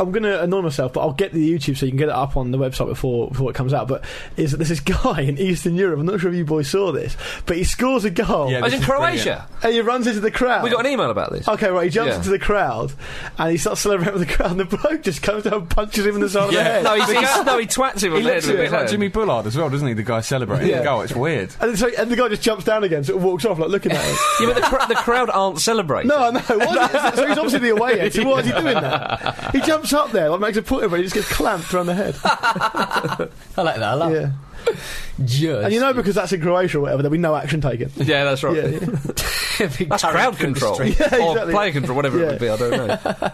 D: I'm going to annoy myself, but I'll get the YouTube so you can get it up on the website before before it comes out. But is that there's this guy in Eastern Europe? I'm not sure if you boys saw this, but he scores a goal
A: I
B: Yeah,
A: was
B: This
A: in
B: is brilliant.
A: Croatia.
D: and he runs into the crowd.
A: We got an email about this.
D: Okay, right. He jumps
A: Yeah.
D: into the crowd and he starts celebrating with the crowd, and the bloke just comes down and punches him in the side of the
B: Yeah.
D: head.
A: No, he's, he's, no, he twats him on
B: He
A: the head
B: looks a
A: with
B: bit
A: his
B: like
A: hand.
B: Jimmy Bullard as well, doesn't he? The guy celebrating
D: Yeah.
B: the goal. It's weird.
D: And, so, and the guy just jumps down again, sort of walks off, like looking at him.
A: Yeah, but the, cr- the crowd aren't celebrating.
D: No, no. Why is, so he's obviously the away end. So why is he doing that? He jumps up there, like makes a put, but he just gets clamped around the head.
C: I like that. I like
D: Yeah,
C: Just
D: and you know because that's in Croatia or whatever, there'll be no action taken.
A: Yeah, that's right.
D: Yeah, yeah.
A: That's crowd control. Or
D: exactly.
A: player control, whatever it
D: Yeah.
A: would be, I don't know.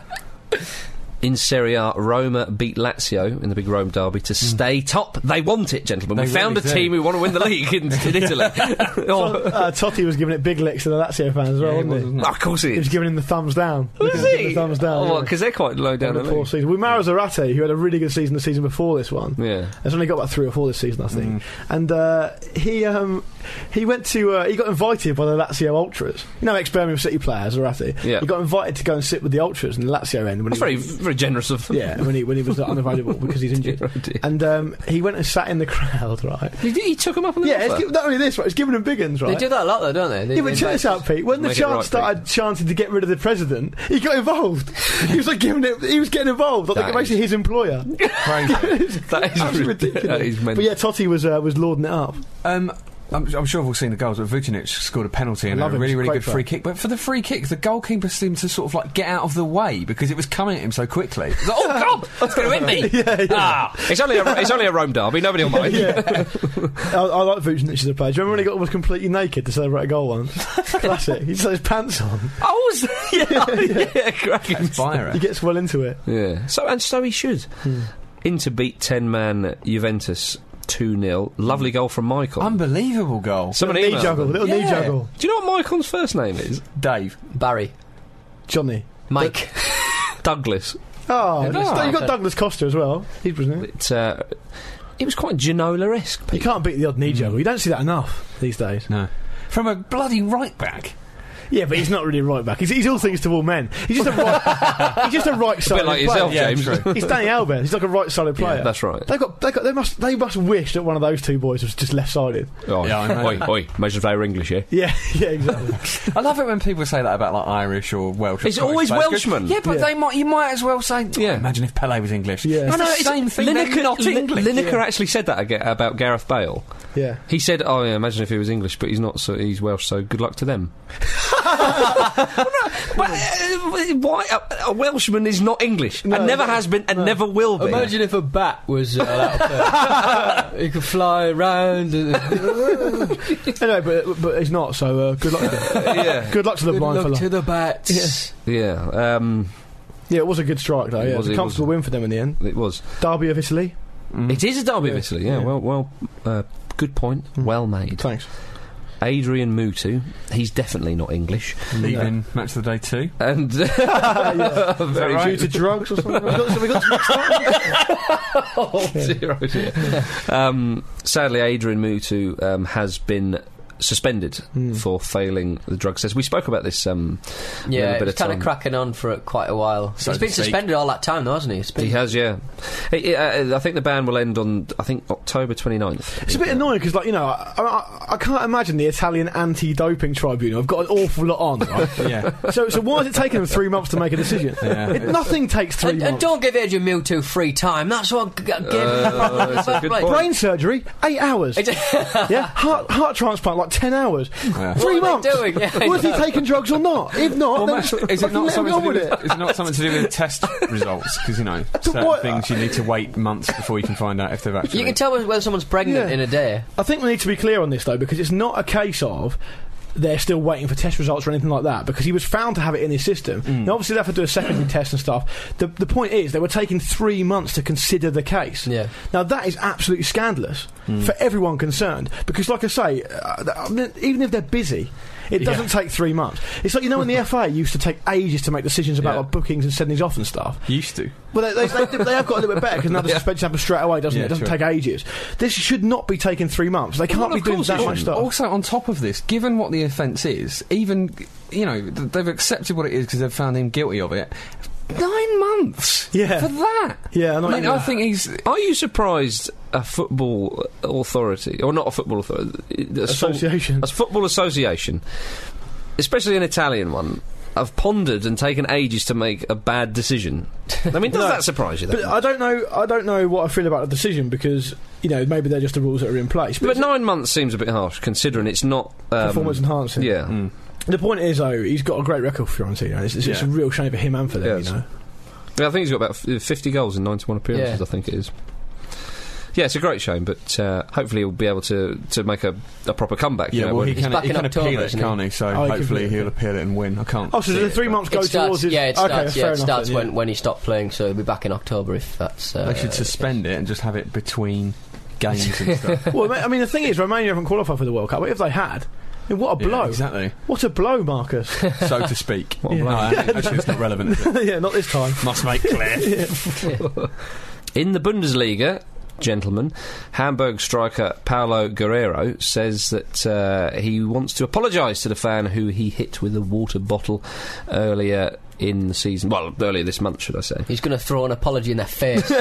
A: In Serie A, Roma beat Lazio in the big Rome derby to stay top. They want it, gentlemen. we
B: They
A: found
B: really
A: a
B: do.
A: team who want to win the league in, in Italy.
D: Tot-
A: oh,
D: uh, Totti was giving it big licks to the Lazio fans as well,
B: Yeah, he
D: wasn't
B: was,
D: he?
B: wasn't he?
A: of course it
D: He was
A: is.
D: giving him the thumbs down.
A: Was
D: He was giving
A: he?
D: The thumbs down.
A: Oh,
D: yeah.
A: because they're quite low down
D: Having
A: the
D: a poor
A: league.
D: season. With Mara Zarate, who had a really good season the season before this one,
A: Yeah.
D: There's only got about three or four this season, I
A: Mm.
D: think. And uh, he um, he went to uh, he got invited by the Lazio ultras. You know, ex Birmingham City players, Zarate.
A: Yeah.
D: He got invited to go and sit with the ultras in the Lazio end when
A: That's
D: he
A: very,
D: was,
A: very generous of them.
D: yeah when he when he was unavailable because he's
A: Dear,
D: injured.
A: oh dear.
D: And um, he went and sat in the crowd, right?
A: He, he took him up on the
D: Yeah, it's,
A: offer.
D: gi- not only this, right? It's giving them big uns, right?
C: They do that a lot, though, don't they? they
D: Yeah, but
C: they-
D: check this out, Pete. When the
A: Make it
D: chant
A: right,
D: started chanting to get rid of the president, he got involved. he was like giving it. He was getting involved. Like
A: That
D: basically his employer.
B: Crazy.
A: That is
D: Absolutely
A: ridiculous. That is
D: But
A: mental.
D: yeah, Totti was uh, was lording it up.
B: Um, I'm, I'm sure we've all seen the goals, but Vucinic scored a penalty and a
D: Love him,
B: really,
D: he's
B: really
D: great
B: good
D: player.
B: free kick. But for the free kick, the goalkeeper seemed to sort of like get out of the way because it was coming at him so quickly. He's like, oh, God!
A: That's going to hit me. Ah, it's only a, it's only a Rome derby. Nobody will mind.
D: Yeah, I, I like Vucinic as a player. Do you remember when he got was completely naked to celebrate a goal once? Classic. He just had his pants on.
A: Oh, was yeah, yeah, cracking.
B: Byron.
D: He gets well into it.
A: Yeah. So and so he should.
B: Hmm.
A: Inter beat ten man Juventus two 0 Lovely goal from Michael.
B: Unbelievable goal.
A: Someone
D: little knee
A: emailed
D: juggle.
A: them.
D: Little knee
B: Yeah.
D: juggle.
A: Do you know what Michael's first name is?
B: Dave.
C: Barry,
D: Johnny.
C: Mike.
A: Douglas.
D: Oh,
C: Yeah,
D: you
C: no,
D: got
C: okay.
D: Douglas Costa as well. He's brilliant.
A: It, uh, it was quite Ginola esque.
D: You can't beat the odd
A: Hmm.
D: knee juggle. You don't see that enough these days.
B: No. From a bloody right back.
D: Yeah, but he's not really a right back. He's, he's all things to all men. He's just a right. he's just a right
A: A bit
D: sided
A: like
D: player.
A: yourself,
B: Yeah,
A: James.
B: true.
D: He's Danny Albert. He's like a right sided player.
A: Yeah, that's right.
D: They got, they got, they must, they must wish that one of those two boys was just left sided.
A: Oh,
B: Yeah, I know.
A: Oi, oi, imagine if they were English, yeah?
D: Yeah, yeah, exactly.
B: I love it when people say that about like Irish or Welsh. or
A: It's
B: Scottish
A: always
B: players.
A: Welshman.
B: Yeah, but
D: Yeah.
B: they might. You might as well say.
A: Yeah.
B: Yeah. imagine if Pele was English.
D: Yeah.
B: It's
D: I
B: the same thing. they're
A: Lineker,
B: not
A: Lin-
B: English.
A: Lineker actually said that aga about Gareth Bale.
D: Yeah.
A: He said, "Oh, yeah, imagine if he was English, but he's not. So he's Welsh. So good luck to them." Well, no, but, uh, why a, a Welshman is not English and never has been and never will be.
C: Imagine if a bat was uh, He could fly around.
D: Anyway, but but he's not. So uh, good luck.
A: yeah,
D: good luck to the blind fella.
C: to the bats.
A: yeah. Um,
D: yeah, it was a good strike though.
A: It
D: Yeah, it
A: was,
D: was a
A: it
D: comfortable win for them in the end.
A: it was.
D: Derby of Italy.
B: Mm-hmm.
A: It is a derby of Italy. Mm. Yeah.
D: Yeah.
A: Well, well. Uh, good point. Well made.
D: Thanks.
A: Adrian Mutu. He's definitely not English.
B: Leaving match of the day two.
A: And very
D: Due to drugs or something. We got- we got-
A: Zero, dear. um, sadly, Adrian Mutu um, has been suspended for failing the drug test. We spoke about this. Um, a
C: Yeah,
A: little
C: it
A: bit
C: was
A: of
C: kind of
A: time.
C: cracking on for quite a while.
B: So
C: he's
B: to
C: been
B: speak.
C: suspended all that time, though, hasn't he? It's been-
A: He has, yeah. Hey, uh, I think the ban will end on I think October 29th.
D: It's a bit annoying because, like, you know, I, I, I can't imagine the Italian anti-doping tribunal. I've got an awful lot on. Right?
B: yeah.
D: so, so why is it taking them three months to make a decision?
B: Yeah.
D: It, nothing takes three
C: And, and
D: months.
C: don't give Adrian Mewtwo free time. That's what g- gave him the problem in the
A: Uh, that's a
C: first
A: good
C: place.
A: point.
D: Brain surgery, eight hours. yeah, heart heart transplant, like ten hours. Three
C: What are
D: months.
C: they doing? Yeah, I
D: Was he
C: know.
D: taking drugs or not? If not,
B: Well,
D: then
B: Matt,
D: just
B: is it
D: fucking
B: not
D: let him
B: something
D: go
B: to do
D: with
B: with,
D: it.
B: is it not something to do with test results? Because you know, certain
D: what-
B: things you need to wait months before you can find out if they've actually.
C: You can tell whether someone's pregnant
D: Yeah.
C: in a day.
D: I think we need to be clear on this though, because it's not a case of they're still waiting for test results or anything like that. Because he was found to have it in his system. Now, obviously, they have to do a secondary test and stuff. The the point is, they were taking three months to consider the case.
C: Yeah.
D: Now that is absolutely scandalous for everyone concerned. Because, like I say, uh, th- I mean, even if they're busy. It doesn't take three months. It's like you know when the FA used to take ages to make decisions about
B: Yeah.
D: like, bookings and sendings off and stuff.
B: Used to.
D: Well, they, they, they, they have got a little bit better because now the suspension happens straight away, doesn't it?
B: Yeah,
D: It doesn't
B: true.
D: take ages. This should not be taking three months. They can't
B: Well,
D: be
B: of
D: doing
B: course
D: that
B: it
D: much
B: shouldn't.
D: stuff.
B: Also, on top of this, given what the offence is, even you know th- they've accepted what it is because they've found him guilty of it. Nine months.
D: Yeah.
B: For that.
D: Yeah, I know
B: I
D: what
B: mean,
D: you
B: I
D: mean.
B: think he's.
A: Are you surprised a football authority, or not a football authority, a sort-
D: Association.
A: a football association, especially an Italian one, have pondered and taken ages to make a bad decision? I mean, does that surprise you? Then?
D: But I don't know. I don't know what I feel about the decision because you know maybe they're just the rules that are in place.
A: But
D: it's
A: nine months seems a bit harsh, considering it's not um,
D: performance enhancing.
A: Yeah,
D: The point is though, he's got a great record for Fiorentina. It's, it's, it's a
B: Yeah.
D: real shame for him and for them.
A: Yes.
D: You know.
A: Yeah, I think he's got about f- fifty goals in ninety-one appearances.
C: Yeah.
A: I think it is. Yeah, it's a great shame, but uh, hopefully he'll be able to, to make a, a proper comeback. you
B: Yeah,
A: know,
B: well,
A: when-
B: he
C: he's
B: can,
C: back
B: he
C: in
B: can
C: October,
B: appeal it,
C: isn't he?
B: can't he? So
D: Oh, he can
B: hopefully
D: appeal it.
B: he'll appeal it and win. I can't.
D: Oh, so
B: see
D: the
B: it,
D: three
B: but-
D: months go
C: it
D: towards
C: starts,
D: his.
C: yeah, it
D: okay,
C: starts, yeah,
D: fair
C: it
D: enough
C: starts
D: then,
C: when, when he stopped playing, so he'll be back in October if that's. Uh,
B: They should suspend it and just have it between games and stuff.
D: yeah. well, I mean, the thing is, Romania haven't qualified for the World Cup. But if they had, I mean, what a
B: Yeah,
D: blow!
B: exactly.
D: What a blow, Marcus.
B: So to speak.
A: What a
B: No,
A: blow.
B: actually, actually, it's not relevant. is it?
D: yeah, not this time.
B: Must make clear.
A: In the Bundesliga, gentlemen, Hamburg striker Paolo Guerrero says that uh, he wants to apologise to the fan who he hit with a water bottle earlier in the season. Well, earlier this month, should I say.
C: He's going to throw an apology in their face.
D: he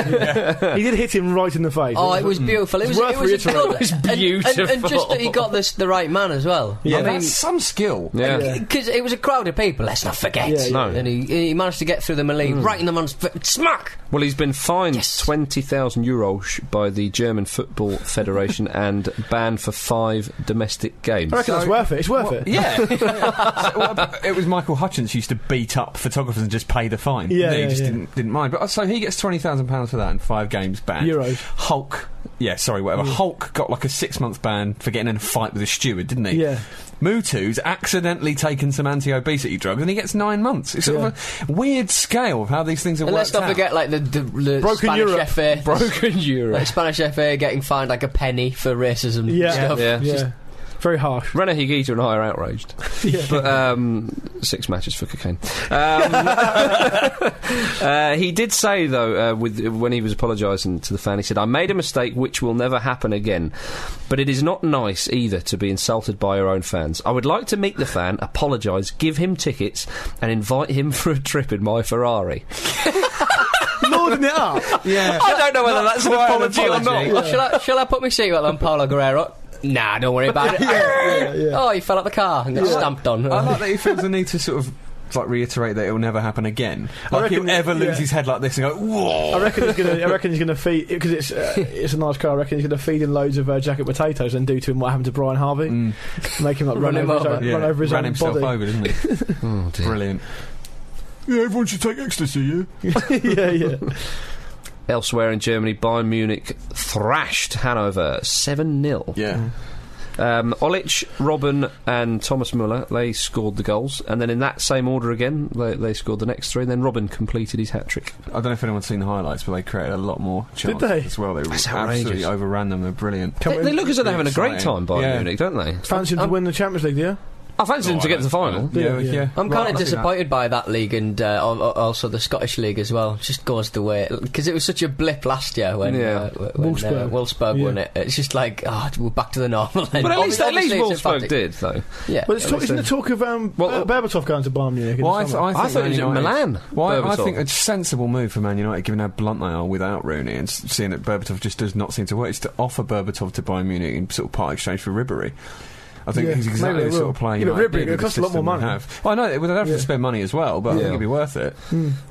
D: did hit him right in the face.
C: oh, it was beautiful. It
D: It's
C: was,
D: worth
C: it was, a
D: reiterating.
C: good-
A: Hmm. It's
C: and- And, and, just that he
A: beautiful.
C: got this, the right man as well.
B: Yeah,
C: I mean,
B: that's some skill.
A: Yeah.
C: Because it was a crowd of people, let's not forget.
D: Yeah, yeah.
A: No. Hmm.
C: And he, he managed to get through the melee, right in the man's fa- smack.
A: Well, he's been fined
C: Yes.
A: 20,000 euros by the German Football Federation and banned for five domestic games.
D: I reckon that's worth it. It's worth it.
B: Yeah. So, well, but it was Michael Hutchins who used to beat up photographers and just pay the fine.
D: Yeah,
B: They
D: yeah,
B: just
D: yeah.
B: Didn't, didn't mind. But uh, so he gets twenty thousand pounds for that and five games ban.
D: Euros.
B: Hulk. Yeah, sorry, whatever. Hulk got like a six month ban for getting in a fight with a steward, didn't he?
D: Yeah.
B: Mutu's accidentally taken some anti obesity drugs and he gets nine months. It's sort of a weird scale of how these things are
C: And let's
B: worked
C: not
B: out.
C: forget, like, the, the, the
D: Broken
C: Spanish
D: Europe.
C: FA.
A: Broken euro.
C: Like, Spanish FA getting fined like a penny for racism
D: Yeah.
C: and stuff.
A: Yeah.
D: Yeah. Very harsh.
A: Rene Higuita and I are outraged.
D: Yeah.
A: But um, six matches for cocaine. Um, uh, he did say though, uh, with when he was apologising to the fan, he said, "I made a mistake which will never happen again." But it is not nice either to be insulted by your own fans. I would like to meet the fan, apologise, give him tickets, and invite him for a trip in my Ferrari.
D: Lording it up.
B: Yeah.
A: I don't know whether that's an
B: quite an
A: apology,
B: apology.
A: or not.
C: Shall, I, shall I put my seatbelt on Paulo Guerrero? Nah, don't worry about it. Oh, he fell out the car and got stamped on.
B: I like that he feels the need to sort of like reiterate that it will never happen again. Like
D: reckon-
B: he'll ever lose
D: yeah.
B: his head like this and go, whoa.
D: I reckon he's gonna. I reckon he's gonna feed because it's uh, it's a nice car. I reckon he's gonna feed him loads of uh, jacket potatoes and do to him what happened to Brian Harvey, make him like run,
C: Run him
D: over, his
C: over.
D: own,
B: Yeah,
D: run over his
B: ran
D: own
B: himself
D: body.
B: over, didn't he?
A: Oh, dear.
B: Brilliant. Yeah, everyone should take ecstasy, yeah?
D: yeah, yeah.
A: Elsewhere in Germany, Bayern Munich thrashed Hanover 7 0.
B: Yeah.
A: Um, Olic, Robin, and Thomas Muller, they scored the goals. And then in that same order again, they, they scored the next three. And then Robin completed his hat trick.
B: I don't know if anyone's seen the highlights, but they created a lot more chances
D: they?
B: as well. They
A: That's
B: absolutely
A: outrageous.
B: overran them. They're brilliant.
A: They,
D: we-
A: they look as though they're having a great
B: Exciting.
A: time, Bayern
B: Yeah.
A: Munich, don't they?
D: Fancy him to win the Champions League, do you?
A: I fancy them to get to the final.
D: Yeah.
B: Yeah, yeah.
C: I'm kind
B: Right, I
C: of
B: see that.
C: disappointed by that league and uh, al- al- also the Scottish league as well. It just goes the way because it was such a blip last year when
A: Yeah.
C: uh, w- when,
D: Wolfsburg.
C: uh, Wolfsburg won
D: Yeah.
C: it. It's just like oh, we're back to the normal. then.
A: But at least, at least
C: Obviously, it's
A: Wolfsburg
C: emphatic.
A: did, though.
C: Yeah,
D: Well, it's talk, isn't there talk of um,
A: Well,
D: well, Berbatov going to Bayern Munich? in
B: Well,
D: the
B: I, th-
D: summer?
B: I,
A: I
B: think
A: thought it was
B: Man
A: in
B: United-
A: Milan.
B: Well, I- I
A: Berbatov.
B: think a sensible move for Man United, given how blunt they are without Rooney, and s- seeing that Berbatov just does not seem to work, is to offer Berbatov to Bayern Munich in sort of part exchange for Ribery. I think
D: Yeah,
B: he's exactly
D: maybe
B: the
D: they
B: sort
D: will.
B: of player.
D: Yeah, but
B: United
D: Ribery,
B: need
D: it
B: with the
D: costs a lot
B: system
D: more
B: they
D: money.
B: have. Well, I know they would have
D: Yeah.
B: to spend money as well, but I think
A: Yeah.
B: it'd be worth it.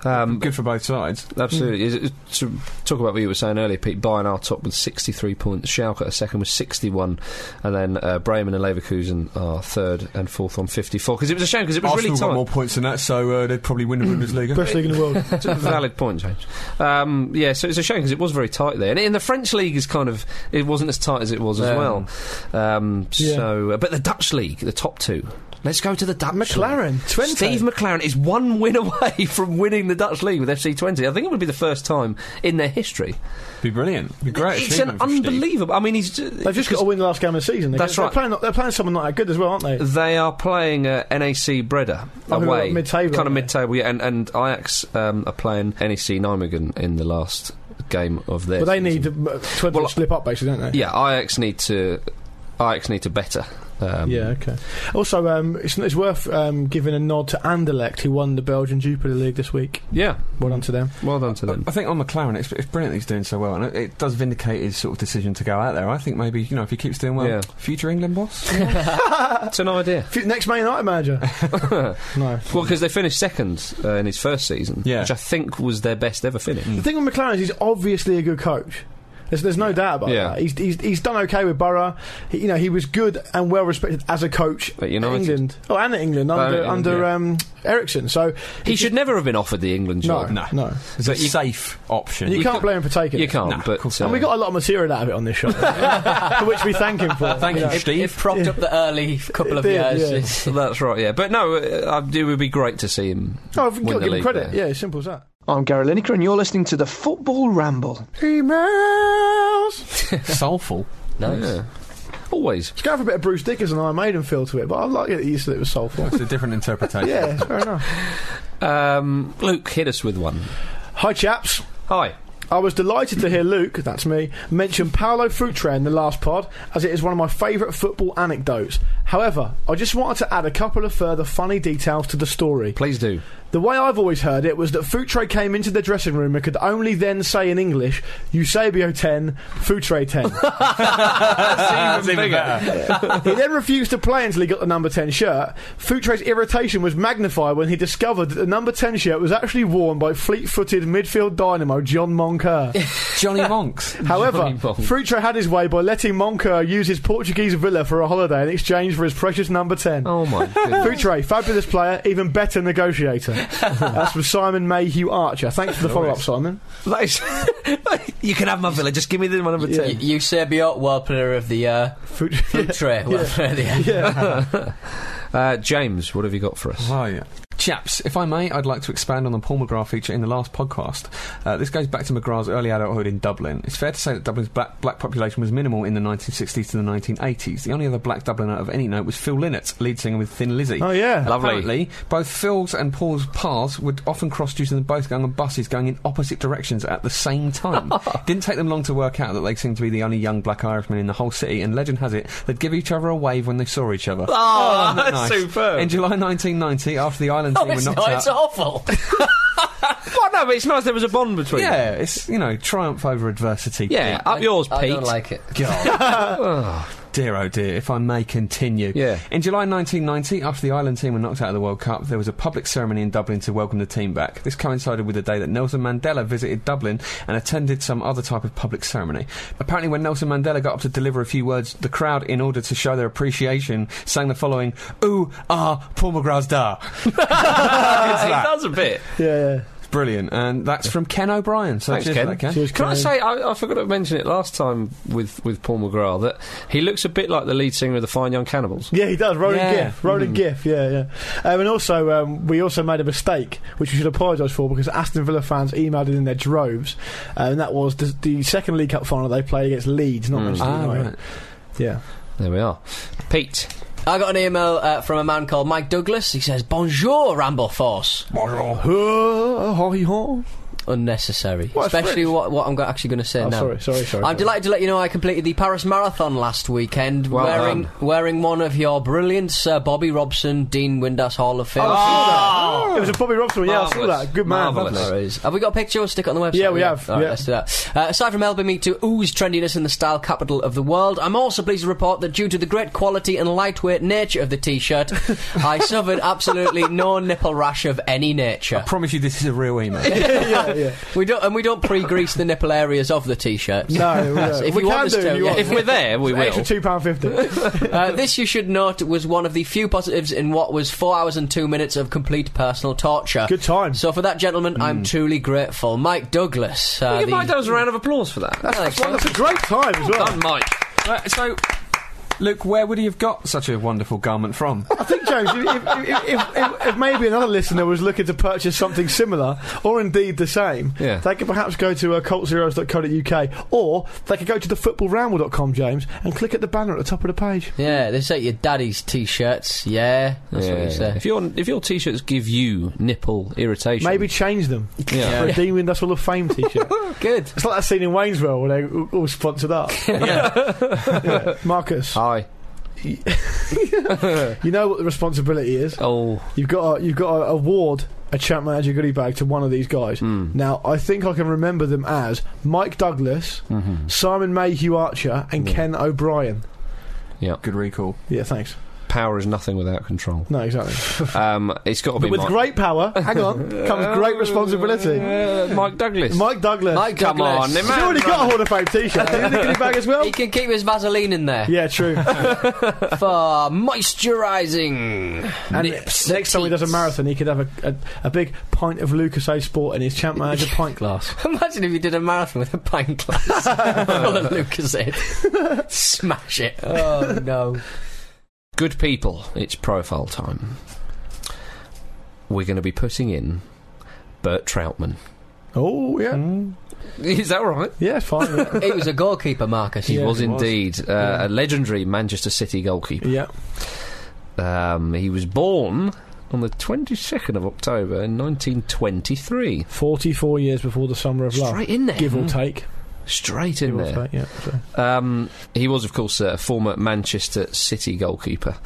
A: Um,
B: Good for both sides.
A: Absolutely. Is it- To talk about what you were saying earlier, Pete, Bayern are top with 63 points. Schalke are second with 61. And then uh, Bremen and Leverkusen are third and fourth on 54. Because it was a shame, because it was
B: Arsenal
A: really
B: got
A: tight.
B: more points than that, so uh, they'd probably win the Bundesliga.
D: Best league in the world.
A: It's a valid point, James. Um, yeah, so it's a shame because it was very tight there. And in the French league is kind of, it wasn't as tight as it was as
C: Yeah.
A: well. Um,
D: Yeah.
A: So, uh, But the Dutch league, the top two. Let's go to the Dutch league.
D: McLaren, Twente.
A: Steve McLaren is one win away from winning the Dutch league with FC20. I think it would be the first time in their history.
B: be brilliant. Be great.
A: It's an
B: achievement for Steve.
A: unbelievable. I mean, he's.
D: They've just got to win the last game of the season. They-
A: That's
D: they're
A: right.
D: Playing, not- they're playing someone not that good as well, aren't they?
A: They are playing uh, NAC Breda
D: Oh, who are
A: away,
D: mid-table,
A: kind of
D: aren't they?
A: mid-table, yeah. And and Ajax um, are playing NEC Nijmegen in the last game of their.
D: But they need
A: season.
D: to, uh, Twente
A: Well,
D: to slip up, basically, don't they?
A: Yeah, Ajax need to. Ajax need to better. Um,
D: Yeah, okay. Also, um, it's, it's worth um, giving a nod to Anderlecht, who won the Belgian Jupiter League this week.
A: yeah.
D: Well done to them.
A: Well done to them.
D: Uh,
B: I think on McLaren, it's, it's brilliant that he's doing so well, and it, it does vindicate his sort of decision to go out there. I think maybe you know if he keeps doing well,
A: Yeah.
B: future England boss. Hmm.
D: uh,
A: It's an idea.
D: F- Next Man United manager. no.
A: Well, because they finished second uh, in his first season,
B: Yeah.
A: which I think was their best ever finish.
D: The thing with McLaren is he's obviously a good coach. There's, there's no doubt about
A: Yeah.
D: that. He's, he's, he's done okay with Borough. He, you know, he was good and well respected as a coach
A: At United.
D: England. Oh, and at England
A: Oh,
D: under
A: England,
D: under
A: yeah.
D: um, Ericsson. So
A: He should never have been offered the England
D: no,
A: job.
D: no,
B: No. It's a
A: But you-
B: safe option.
D: And you,
A: You
D: can't,
A: can't-
D: blame him for taking
A: You
D: it.
A: can't.
B: Nah, of
A: but
B: course
A: uh,
D: And we got a lot of material out of it on this show, for which we thank him for.
B: Thank you,
D: know.
B: Steve.
C: It propped up the early couple
D: It
C: of
D: did,
C: years.
D: yeah.
C: It's-
A: That's right, yeah. But no, uh, uh, it would be great to see him.
D: Oh, I've
A: win
D: got to
A: the
D: give him
A: league
D: credit.
A: there.
D: Yeah, as simple as that.
E: I'm Gary Lineker, and you're listening to the Football Ramble.
D: Emails.
B: Soulful.
C: Nice.
A: Yeah. Always.
D: It's going for a bit of Bruce Dickinson and I made him feel to it, but I like it that you said it was soulful.
B: It's a different interpretation.
D: yeah, it's fair enough.
A: Um, Luke, hit us with one.
D: Hi, chaps.
A: Hi.
D: I was delighted to hear Luke, that's me, mention Paolo Futre in the last pod, as it is one of my favourite football anecdotes. However, I just wanted to add a couple of further funny details to the story.
A: Please do.
D: The way I've always heard it was that Futre came into the dressing room and could only then say in English, Eusebio 10, Futre 10.
B: That's even better.
D: he then refused to play until he got the number 10 shirt. Futre's irritation was magnified when he discovered that the number 10 shirt was actually worn by fleet footed midfield dynamo John Moncur.
B: Johnny Monks.
D: However,
A: Johnny Monk.
D: Frutre had his way by letting Moncur use his Portuguese villa for a holiday in exchange for his precious number 10.
A: Oh, my goodness.
D: Futre, fabulous player, even better negotiator. That's from Simon Mayhew Archer. Thanks for the follow up, Simon.
A: That is- you can have my villa, just give me the number
D: Yeah.
A: 10.
C: Y- Eusebio, World Player of the uh, Year.
D: Futre.
C: Futre, World Player of the Year.
A: Uh, James, what have you got for us?
B: Right. Chaps, if I may, I'd like to expand on the Paul McGrath feature in the last podcast. Uh, this goes back to McGrath's early adulthood in Dublin. It's fair to say that Dublin's black, black population was minimal in the 1960s to the 1980s. The only other black Dubliner of any note was Phil Lynott, lead singer with Thin Lizzy.
D: Oh, yeah.
A: Lovely.
B: Apparently, both Phil's and Paul's paths would often cross due to them both going on buses going in opposite directions at the same time. Didn't take them long to work out that they seemed to be the only young black Irishmen in the whole city, and legend has it they'd give each other a wave when they saw each other.
A: Oh,
B: Isn't that
A: that's
B: nice?
A: superb. Oh,
B: In July 1990, after the Ireland
C: No,
B: team were
C: it's
B: knocked
C: not.
B: out.
C: It's awful.
A: Well, no, but it's nice there was a bond between them.
B: yeah, it's, you know, triumph over adversity.
A: Yeah, up yours, Pete.
C: I don't like it.
B: Dear oh dear, if I may continue.
A: Yeah.
B: In July 1990, after the Ireland team were knocked out of the World Cup, there was a public ceremony in Dublin to welcome the team back. This coincided with the day that Nelson Mandela visited Dublin and attended some other type of public ceremony. Apparently, when Nelson Mandela got up to deliver a few words, the crowd, in order to show their appreciation, sang the following Ooh, ah, Paul McGrath's da.
A: it does a bit.
D: Yeah, yeah.
B: Brilliant. And that's from Ken O'Brien. So
A: Thanks,
B: cheers
A: Ken.
B: for that,
D: Cheers,
A: Can I
D: Karen.
A: say, I, I forgot to mention it last time with, with Paul McGrath, that he looks a bit like the lead singer of the Fine Young Cannibals.
D: Yeah, he does. Rolling
B: Yeah.
D: GIF.
C: Hmm.
D: Rolling GIF, yeah, yeah. Um, and also, um, we also made a mistake, which we should apologise for, because Aston Villa fans emailed in in their droves, uh, and that was the, the second
C: Ah,
D: League Cup final they played against Leeds, not Manchester
B: Ah,
D: United.
B: right.
D: Yeah.
A: There we are. Pete.
C: I got an email uh, from a man called Mike Douglas. He says, Bonjour, Ramble Force.
D: Uh,
C: Unnecessary.
D: Well, it's
C: Especially
D: French.
C: what, what I'm go- actually going to say
D: Oh,
C: now.
D: sorry, sorry, sorry.
C: I'm delighted to let you know I completed the Paris Marathon last weekend
A: Well
C: wearing
A: done.
C: wearing one of your brilliant Sir Bobby Robson Dean Windass Hall of Fame.
D: Oh, It was a Bobby Robson. one, Yeah, I saw
A: Marvellous.
D: that. Good man.
A: Marvellous.
D: lovely.
C: There is. Have we got a picture? We'll stick it on the website.
D: Yeah, we have,
C: All right,
D: yeah.
C: let's do that. Uh, aside from helping me to ooze trendiness in the style capital of the world, I'm also pleased to report that due to the great quality and lightweight nature of the t-shirt, I suffered absolutely no nipple rash of any nature.
B: promise you this is a real email.
D: yeah, yeah.
C: We don't, and we don't pre-grease the nipple areas of the t-shirt.
D: No, we don't.
C: If
D: we
C: you want
D: can
C: us
D: do.
C: to,
D: if you
C: yeah.
D: want.
A: If we're there, we will.
D: Extra two pound fifty.
C: Uh, this, you should note, was one of the few positives in what was four hours and two minutes of complete personal torture.
D: Good Hmm. time.
C: So for that, gentlemen, I'm truly grateful. Mike Douglas. Uh,
A: Give
C: the-
A: Mike Downs a round of applause for that.
C: Thanks,
D: Well, that's a great time as well.
A: Done, Mike.
B: Uh, so, Luke, where would he have got such a wonderful garment from?
D: I think, James, if, if, if, if, if, if maybe another listener was looking to purchase something similar, or indeed the same,
A: Yeah.
D: they could perhaps go to uh, cultzeros.co.uk, or they could go to thefootballramble.com, James, and click at the banner at the top of the page.
C: Yeah, they say your daddy's t-shirts. Yeah, that's what you say.
A: If your if your t-shirts give you nipple irritation,
D: Maybe change them
A: Yeah.
D: for a Dean Windass Hall of Fame T-shirt.
C: Good.
D: it's like that scene in Waynesville where they all- all sponsored up. Yeah. Marcus,
A: Hi.
D: you know what the responsibility is.
A: Oh,
D: You've got to, you've got to award a champ manager goodie bag to one of these
A: Mm.
D: guys.
A: hmm.
D: Now I think I can remember them as Mike Douglas,
A: Mm-hmm.
D: Simon Mayhew Archer, and Ken O'Brien.
A: yeah.
B: Good recall.
D: Yeah, thanks.
A: Power is nothing without control.
D: No, exactly.
A: Um, it's got to be
D: But with
A: Mike.
D: great power, hang on, comes great responsibility.
A: Uh, Mike Douglas.
D: Mike Douglas.
C: Mike
A: Come on,
C: Douglas.
A: the
D: He's
A: man
D: already got a
A: running.
D: Hall of Fame T-shirt. Is he in the goodie bag as well?
C: He can keep his Vaseline in there
D: Yeah, true.
C: for moisturising.
D: And
C: Nips.
D: next time he does a marathon, he could have a, a, a big pint of Lucas A Sport in his champ manager pint glass.
C: Imagine if you did a marathon with a pint glass full of Lucasade. Smash it. Oh, no.
A: Good people, it's profile time. We're going to be putting in Bert Troutman.
D: Oh yeah,
A: Is that right?
D: yeah, fine. yeah.
C: He was a goalkeeper, Marcus.
A: He
D: Yeah,
A: was
D: he was.
A: indeed Uh, a legendary Manchester City goalkeeper.
D: yeah.
A: Um, he was born on the 22nd of October in 1923.
D: 44 years before the summer of love.
A: Straight in there. Hmm.
D: Give or take.
A: Straight in
D: Give
A: there.
D: or take, yeah. so.
A: Um, he was, of course, a former Manchester City goalkeeper.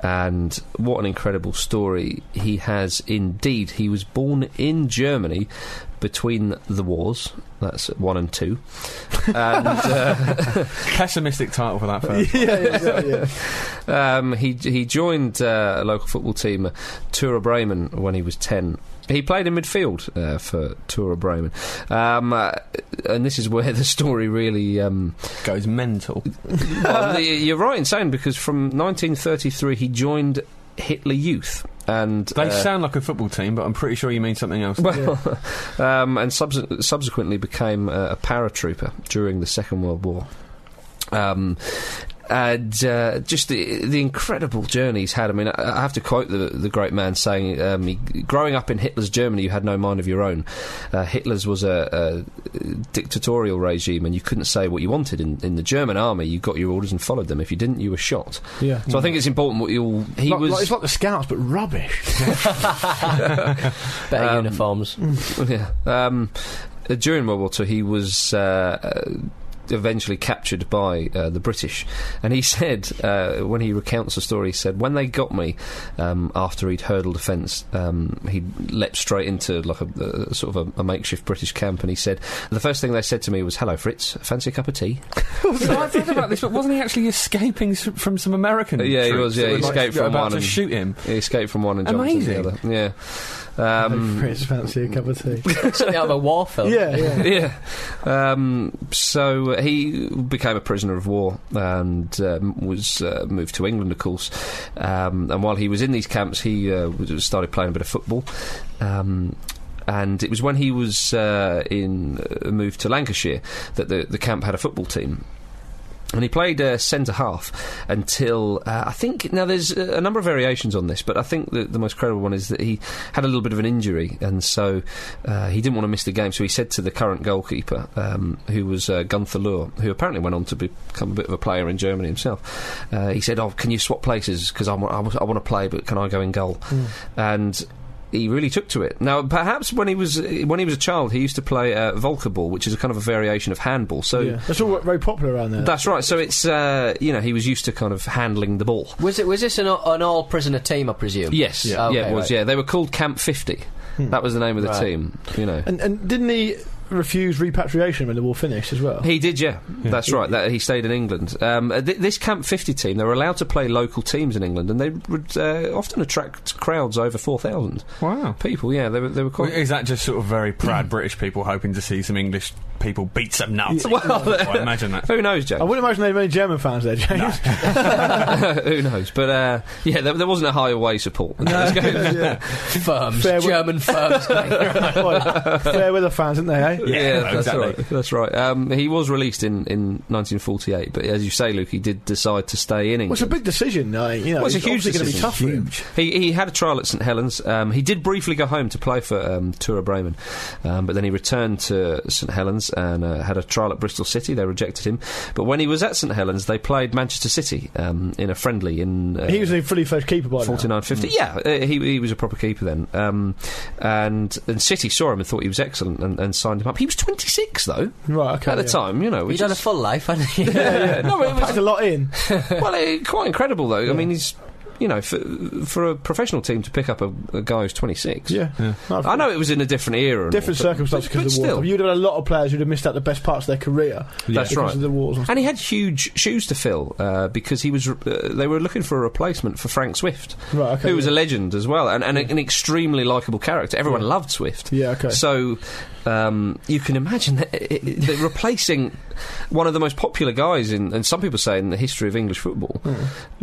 A: And what an incredible story he has indeed. He was born in Germany between the wars. That's one and two. And uh,
B: Pessimistic title for that film.
D: yeah, yeah, yeah, yeah.
A: um, he, he joined uh, a local football team, Tura Bremen, when he was 10. He played in midfield uh, for Tura Bremen. Um, uh, and this is where the story really. Um,
B: Goes mental.
A: well, the, you're right in saying because from 1933 he joined Hitler Youth and
B: They
A: uh,
B: sound like a football team, but I'm pretty sure you mean something else.
A: well, um, and subse- subsequently became uh, a paratrooper during the Second World War. Um, and uh, just the the incredible journey he's had. I mean, I, I have to quote the the great man saying, um, he, "Growing up in Hitler's Germany, you had no mind of your own. Uh, Hitler's was a, a dictatorial regime, and you couldn't say what you wanted. In, in the German army, you got your orders and followed them. If you didn't, you were shot.
D: Yeah.
A: So I think it's important what you'll. He
D: Like-
A: was.
D: like- it's like the Scouts, but rubbish.
C: Better
A: Um,
C: uniforms.
A: yeah. Um, uh, during World War Two, he was uh, uh, eventually captured by uh, the British, and he said uh, when he recounts the story, he said when they got me um, after he'd hurdled a fence, um, he leapt straight into like a, uh, sort of a, a makeshift British camp, and he said the first thing they said to me was, "Hello, Fritz, fancy a cup of tea?"
B: So I've read about this, but wasn't he actually escaping s- from some American?
A: Uh, yeah, he
B: troops
A: was, yeah,
B: that
A: he
B: were, like,
A: escaped from
B: about
A: one
B: to
A: and-
B: shoot him.
A: He escaped from one and jumped into the
B: Amazing.
A: other. Yeah. Um,
D: Prince fancy a cup of tea.
C: Something out of a war film.
D: yeah, yeah.
A: yeah. Um, so uh, he became a prisoner of war and um, was uh, moved to England, of course. Um, and while he was in these camps, he uh, was- started playing a bit of football. Um, and it was when he was uh, in uh, moved to Lancashire that the, the camp had a football team. And he played uh, centre half until uh, I think now there's uh, a number of variations on this, but I think the, the most credible one is that he had a little bit of an injury, and so uh, he didn't want to miss the game. So he said to the current goalkeeper, um, who was uh, Gunther Lohr, who apparently went on to become a bit of a player in Germany himself. Uh, he said, "Oh, can you swap places? Because I want to play, but can I go in goal?" And he really took to it. Now, perhaps when he was when he was a child, he used to play uh, volleyball, which is a kind of a variation of handball. So
D: yeah. That's all very popular around there.
A: that's right. So it's uh, you know he was used to kind of handling the ball.
C: Was it? Was this an, all- an all prisoner team? I presume.
A: Yes, yeah,
C: Okay,
A: it was.
C: right.
A: Yeah, they were called Camp Fifty. That was the name of the
C: Right.
A: team. You know.
D: and, and didn't he refuse repatriation when the war finished as well?
A: He did, yeah. That's right. That, he stayed in England. Um, uh, th- this Camp 50 team, they were allowed to play local teams in England, and they would uh, often attract crowds over 4,000
B: Wow.
A: people. Yeah, they were, they were quite.
F: Is that just sort of very proud British people hoping to see some English people beat some nuts?
A: Well,
F: I imagine that.
A: who knows,
D: I
A: James?
D: wouldn't imagine there were many German fans there, James.
A: who knows? But uh, yeah, there, there wasn't a high away support.
D: yeah.
C: Firms,
D: Fair wi-
C: German firms. mate.
D: Well, fair weather fans, aren't they? Eh?
F: Yeah,
A: that's
F: exactly.
A: right. That's right. Um, he was released in, in 1948, but as you say, Luke, he did decide to stay in England.
D: Well, it's a big decision. I you know,
A: Well, it's a huge
D: going to be
A: decision.
D: tough for him.
A: He, he had a trial at St Helens. Um, he did briefly go home to play for um, Tura Bremen, um, but then he returned to St Helens and uh, had a trial at Bristol City. They rejected him, but when he was at St Helens, they played Manchester City um, in a friendly in. Uh,
D: He was a fully fledged keeper by now.
A: 49 50. Yeah, uh, he, he was a proper keeper then. Um, and, and City saw him and thought he was excellent and, and signed him up. He was 26, though,
D: Right, okay.
A: at the
D: yeah.
A: time, you know.
C: You've
A: which
C: done a
A: is-
C: full life, haven't you?
A: Yeah, no, it was
D: Packed a lot in.
A: well, eh, quite incredible though. I mean, he's you know for, for a professional team to pick up a, a guy who's 26.
D: Yeah. No,
A: I know it was in a different era, and
D: Different
A: all, but-
D: circumstances
A: but,
D: because of the war.
A: still,
D: You'd have had a lot of players who'd have missed out the best parts of their career
A: That's
D: because
A: right.
D: of the wars. And stuff.
A: And he had huge shoes to fill uh, because he was. re- Uh, they were looking for a replacement for Frank Swift,
D: Right, okay,
A: who was a
D: yeah.
A: legend as well, and, and an extremely likable character. Everyone loved Swift.
D: Yeah, okay.
A: So um, you can imagine that it, it, that replacing one of the most popular guys in, and some people say in the history of English football,
F: Hmm.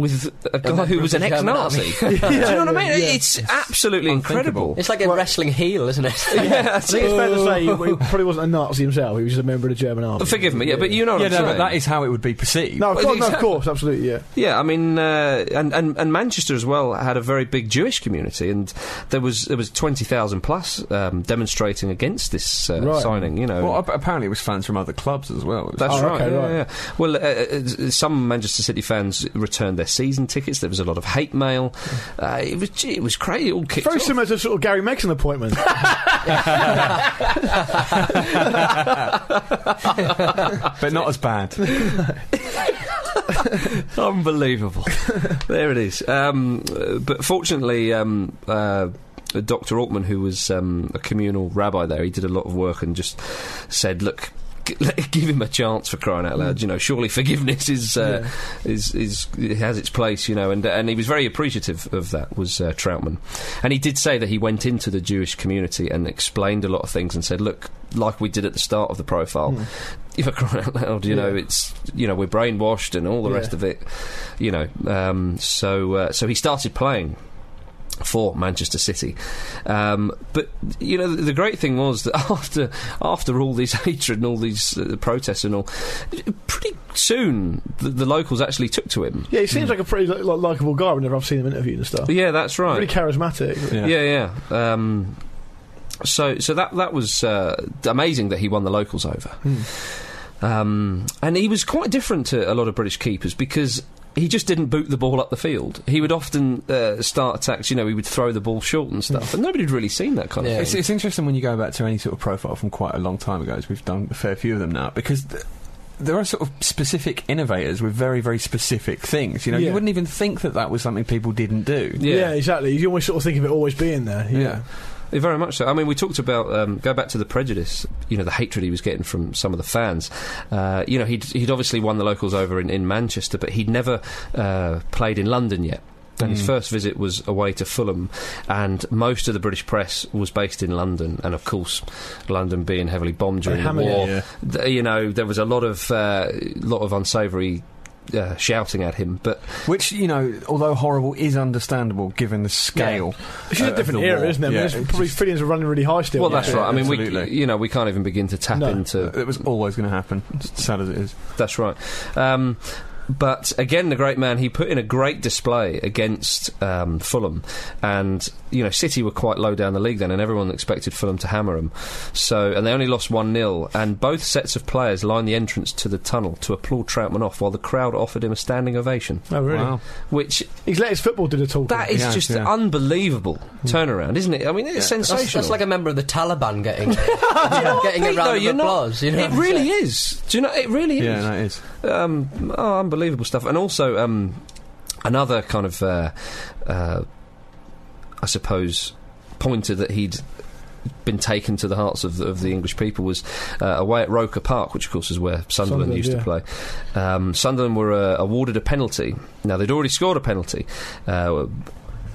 A: with a guy
C: member
A: who
C: of
A: was
C: the
A: an
C: German
A: ex-Nazi. Do you know what I mean? It's absolutely incredible.
C: It's like a wrestling heel, isn't it?
A: yeah,
D: I
A: that's
D: think
A: it.
D: it's fair to say he, he probably wasn't a Nazi himself. He was just a member of the German army.
A: Forgive me, yeah, but you know what
F: Yeah,
A: I'm
F: no,
A: saying.
F: but that is how it would be perceived.
D: No, of
A: Well,
D: course, no, of
A: exactly.
D: course, absolutely, yeah.
A: Yeah, I mean, uh, and, and and Manchester as well had a very big Jewish community, and there was there was twenty thousand plus um, demonstrating against this uh,
D: Right.
A: signing. You know,
F: Well, ap- apparently it was fans from other clubs as well. It was-
A: that's
D: Oh,
A: right.
D: okay,
A: yeah,
D: right.
A: yeah. Well, uh, uh, some Manchester City fans returned their season tickets. There was a lot of hate mail. Uh, it was it was crazy. It all kicked
D: Very
A: off.
D: similar to sort of Gary Megson appointment.
F: but not as bad.
A: Unbelievable. there it is. Um, uh, but fortunately, um, uh, Dr. Altman, who was um, a communal rabbi there, he did a lot of work and just said, look, g- let- give him a chance for crying out
D: Mm.
A: loud. You know, surely forgiveness is, uh, is, is it has its place. You know, and and he was very appreciative of that. Was uh, Troutman, and he did say that he went into the Jewish community and explained a lot of things and said, look, like we did at the start of the profile.
D: Hmm.
A: If I crying out loud, you know,
D: Yeah.
A: it's you know we're brainwashed and all the
D: Yeah.
A: rest of it, you know. Um, so uh, so he started playing for Manchester City. Um, but you know, the great thing was that after after all this hatred and all these uh, protests and all, pretty soon the, the locals actually took to him.
D: yeah, he seems like a pretty li- li- likeable guy whenever I've seen him interviewed and stuff.
A: Yeah, that's right.
D: Pretty charismatic.
F: Yeah.
A: yeah, yeah. Um, so, so that that was uh, amazing that he won the locals over, um, and he was quite different to a lot of British keepers because he just didn't boot the ball up the field. He would often uh, start attacks. You know, he would throw the ball short and stuff, and nobody had really seen that kind
C: Yeah.
A: of
F: It's, it's interesting when you go back to any sort of profile from quite a long time ago, as we've done a fair few of them now, because. Th- there are sort of specific innovators with very, very specific things. You know,
D: Yeah.
F: you wouldn't even think that that was something people didn't do.
A: thing.
D: Yeah, exactly. You always sort of think of it always being there.
F: Yeah.
A: Yeah, Very much so. I mean, we talked about um, go back to the prejudice. You know, the hatred he was getting from some of the fans. Uh, you know, he'd he'd obviously won the locals over in, in Manchester, but he'd never uh, played in London yet. And
D: Mm.
A: his first visit was away to Fulham, and most of the British press was based in London. And of course, London being heavily bombed during the
D: hammered it,
A: war,
F: yeah.
A: th- you know, there was a lot of uh, lot of unsavoury uh, shouting at him. But
F: Which, you know, although horrible, is understandable given the scale.
D: It's just
F: uh,
D: a
F: of
D: different
F: the
D: era,
F: war.
D: isn't it? I mean,
F: Yeah.
D: it's probably feelings are running really high still.
A: well, that's
F: yeah,
A: right. I mean, we
F: absolutely.
A: you know we can't even begin to tap
D: No.
A: into
F: It was always going to happen, s- sad as it is.
A: That's right. Um, but again, the great man, he put in a great display against um, Fulham. And, you know, City were quite low down the league then, and everyone expected Fulham to hammer them. So, and they only lost 1 0. And both sets of players lined the entrance to the tunnel to applaud Troutman off while the crowd offered him a standing ovation,
D: Oh, really?
F: Wow.
A: which
D: He's let his football do the talking.
A: that is
F: Yeah,
A: just
F: yeah.
A: unbelievable turnaround, isn't it? I mean, it's sensational.
C: That's, that's like a member of the Taliban getting getting
A: Pete,
C: a round
A: though,
C: of
A: you're not-
C: applause. you know
A: it
C: what I'm
A: really
C: saying?
A: is. Do you know? It really is.
F: Yeah, that is.
A: um, oh, unbelievable stuff. And also, um, another kind of, uh, uh, I suppose, pointer that he'd been taken to the hearts of the, of the English people was uh, away at Roker Park, which of course is where Sunderland,
D: Sunderland,
A: used to
D: yeah.
A: play. Um, Sunderland were uh, awarded a penalty. Now they'd already scored a penalty. Uh,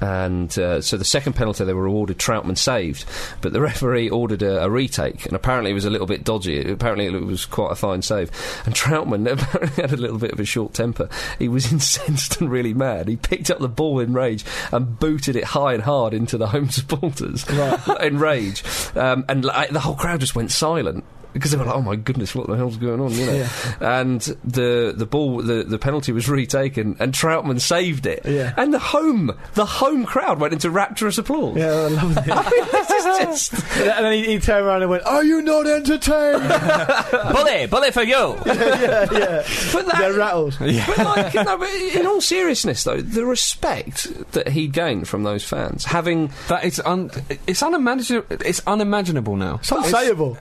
A: and uh, so the second penalty they were awarded, Troutman saved, but the referee ordered a, a retake, and apparently it was a little bit dodgy. Apparently it was quite a fine save, and Troutman apparently had a little bit of a short temper. He was incensed and really mad. He picked up the ball in rage and booted it high and hard into the home supporters in rage, um, and like, the whole crowd just went silent. Because they were like, "Oh my goodness, what the hell's going on?" You know, and the the ball, the, the penalty was retaken, and Troutman saved it.
D: Yeah.
A: And the home, the home crowd went into rapturous applause.
D: yeah, I love it.
A: I mean, this is just
D: and then he, he turned around and went, "Are you not entertained?"
C: Bully, bully for you.
D: yeah, yeah.
A: but that.
D: They're rattled.
A: but like, no, but in all seriousness, though, the respect that he gained from those fans, having
F: That is un- it's, unimagin- it's unimaginable now.
D: It's unsayable.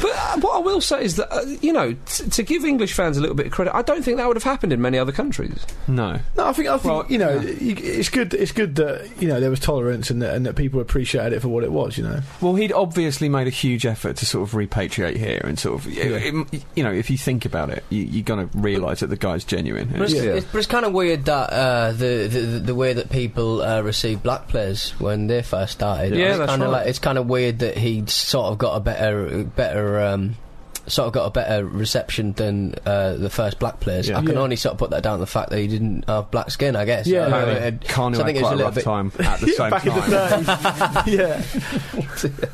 A: But uh, what I will say is that, uh, you know, t- to give English fans a little bit of credit, I don't think that would have happened in many other countries.
F: No.
D: No, I think I think
F: Well,
D: you know
F: yeah.
D: you- it's good. It's good that you know there was tolerance and that, and that people appreciated it for what it was. You know,
F: Well, he'd obviously made a huge effort to sort of repatriate here and sort of, it- you know, if you think about it, you, you're going to realise that the guy's genuine.
C: But it's,
A: Yeah.
C: it's, but it's kind of weird that uh, the, the the way that people uh, receive black players when they first started.
A: Yeah,
C: it's
A: that's
C: kinda
A: right.
C: Like, it's kind of weird that he sort of got a better better. Um, Sort of got a better reception than uh, the first black players.
F: Yeah.
C: I can
D: Yeah.
C: only sort of put that down to the fact that he didn't have black skin. I guess.
D: Yeah. Uh,
C: I don't know,
F: Apparently,
C: it-
F: Carney
C: so I
F: had
C: think it was
F: quite
C: a
F: a
C: little
F: rough
C: bit-
F: time at the same
D: back in the
F: time.
D: day,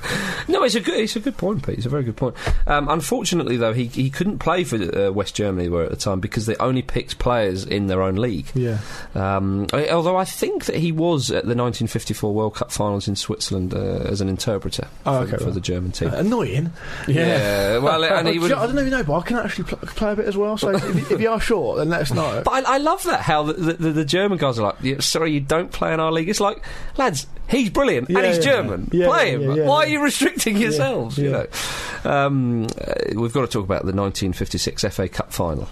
D: yeah,
A: No, it's a good, it's a good point, Pete. It's a very good point. Um, unfortunately, though, he, he couldn't play for uh, West Germany were at the time because they only picked players in their own league.
D: yeah.
A: Um, I- although I think that he was at the 1954 World Cup finals in Switzerland uh, as an interpreter
D: Oh,
A: for,
D: okay,
A: for
D: right.
A: the German team.
D: Annoying.
A: well, and he
D: Do you
A: would.
D: know- I don't even know, but I can actually pl- play a bit as well. So if, you- if you are short, then let us know.
A: But I, I love that how the, the, the, German guys are like, "Yeah, sorry, you don't play in our league. It's like, lads, he's brilliant
D: Yeah,
A: and he's
D: yeah.
A: German.
D: Yeah,
A: play
D: yeah,
A: him.
D: yeah, yeah.
A: Why are you restricting yourselves? You
D: yeah.
A: know, um, uh, we've got to talk about the 1956 FA Cup final.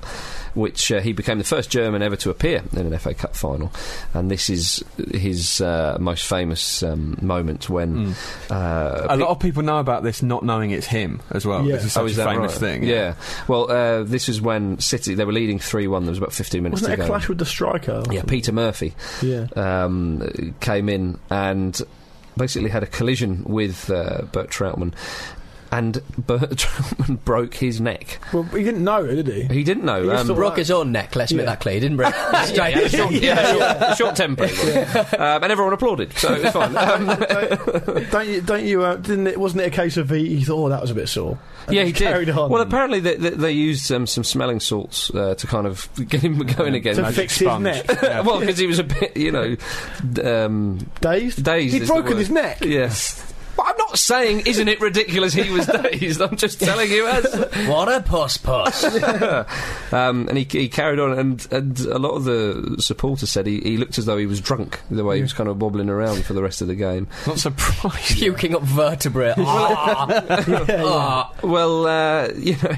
A: Which uh, he became the first German ever to appear in an FA Cup final, and this is his uh, most famous um, moment
B: Mm.
A: when uh,
F: A Hmm. lot of people know about this not knowing it's him as well.
D: Yeah.
F: This is such
A: Oh, is
F: a
A: that
F: famous
A: right?
F: thing.
A: Yeah. Well, uh, this is when City they were leading three one. There was about fifteen minutes
D: Wasn't it
A: to
D: a
A: go.
D: clash with the striker?
A: yeah, Peter Murphy
D: yeah.
A: um, came in and basically had a collision with uh, Bert Troutman. And Bert Troutman broke his neck.
D: Well, he didn't know, did he?
A: He didn't know.
D: He just
A: um,
D: thought-
C: broke his own neck. Let's make
D: Yeah.
C: that clear. He didn't break.
A: yeah, yeah, short, yeah,
D: Yeah,
A: short- short temper. he was. Um, and everyone applauded, so it was fine. Um,
D: don't, don't you? Don't you? Uh, didn't it? Wasn't it a case of he, he thought oh, that was a bit sore? And
A: yeah, he
D: just
A: did.
D: Carried on.
A: Well, apparently they, they, they used um, some smelling salts uh, to kind of get him going again.
D: to
F: Magic
D: fix his
F: sponge.
D: neck.
F: Yeah.
A: well, because he was a bit, you know, d- um,
D: Dazed.
A: Dazed
D: He'd
A: is the
D: broken
A: word.
D: his neck.
A: yes. But I'm not saying, isn't it ridiculous he was dazed? I'm just telling you as
C: what a puss puss.
A: um, and he, he carried on, and, and a lot of the supporters said he, he looked as though he was drunk, the way he was kind of wobbling around for the rest of the game.
F: Not surprised.
C: Puking up vertebrae. Ah. Ah.
A: Well, uh, you know,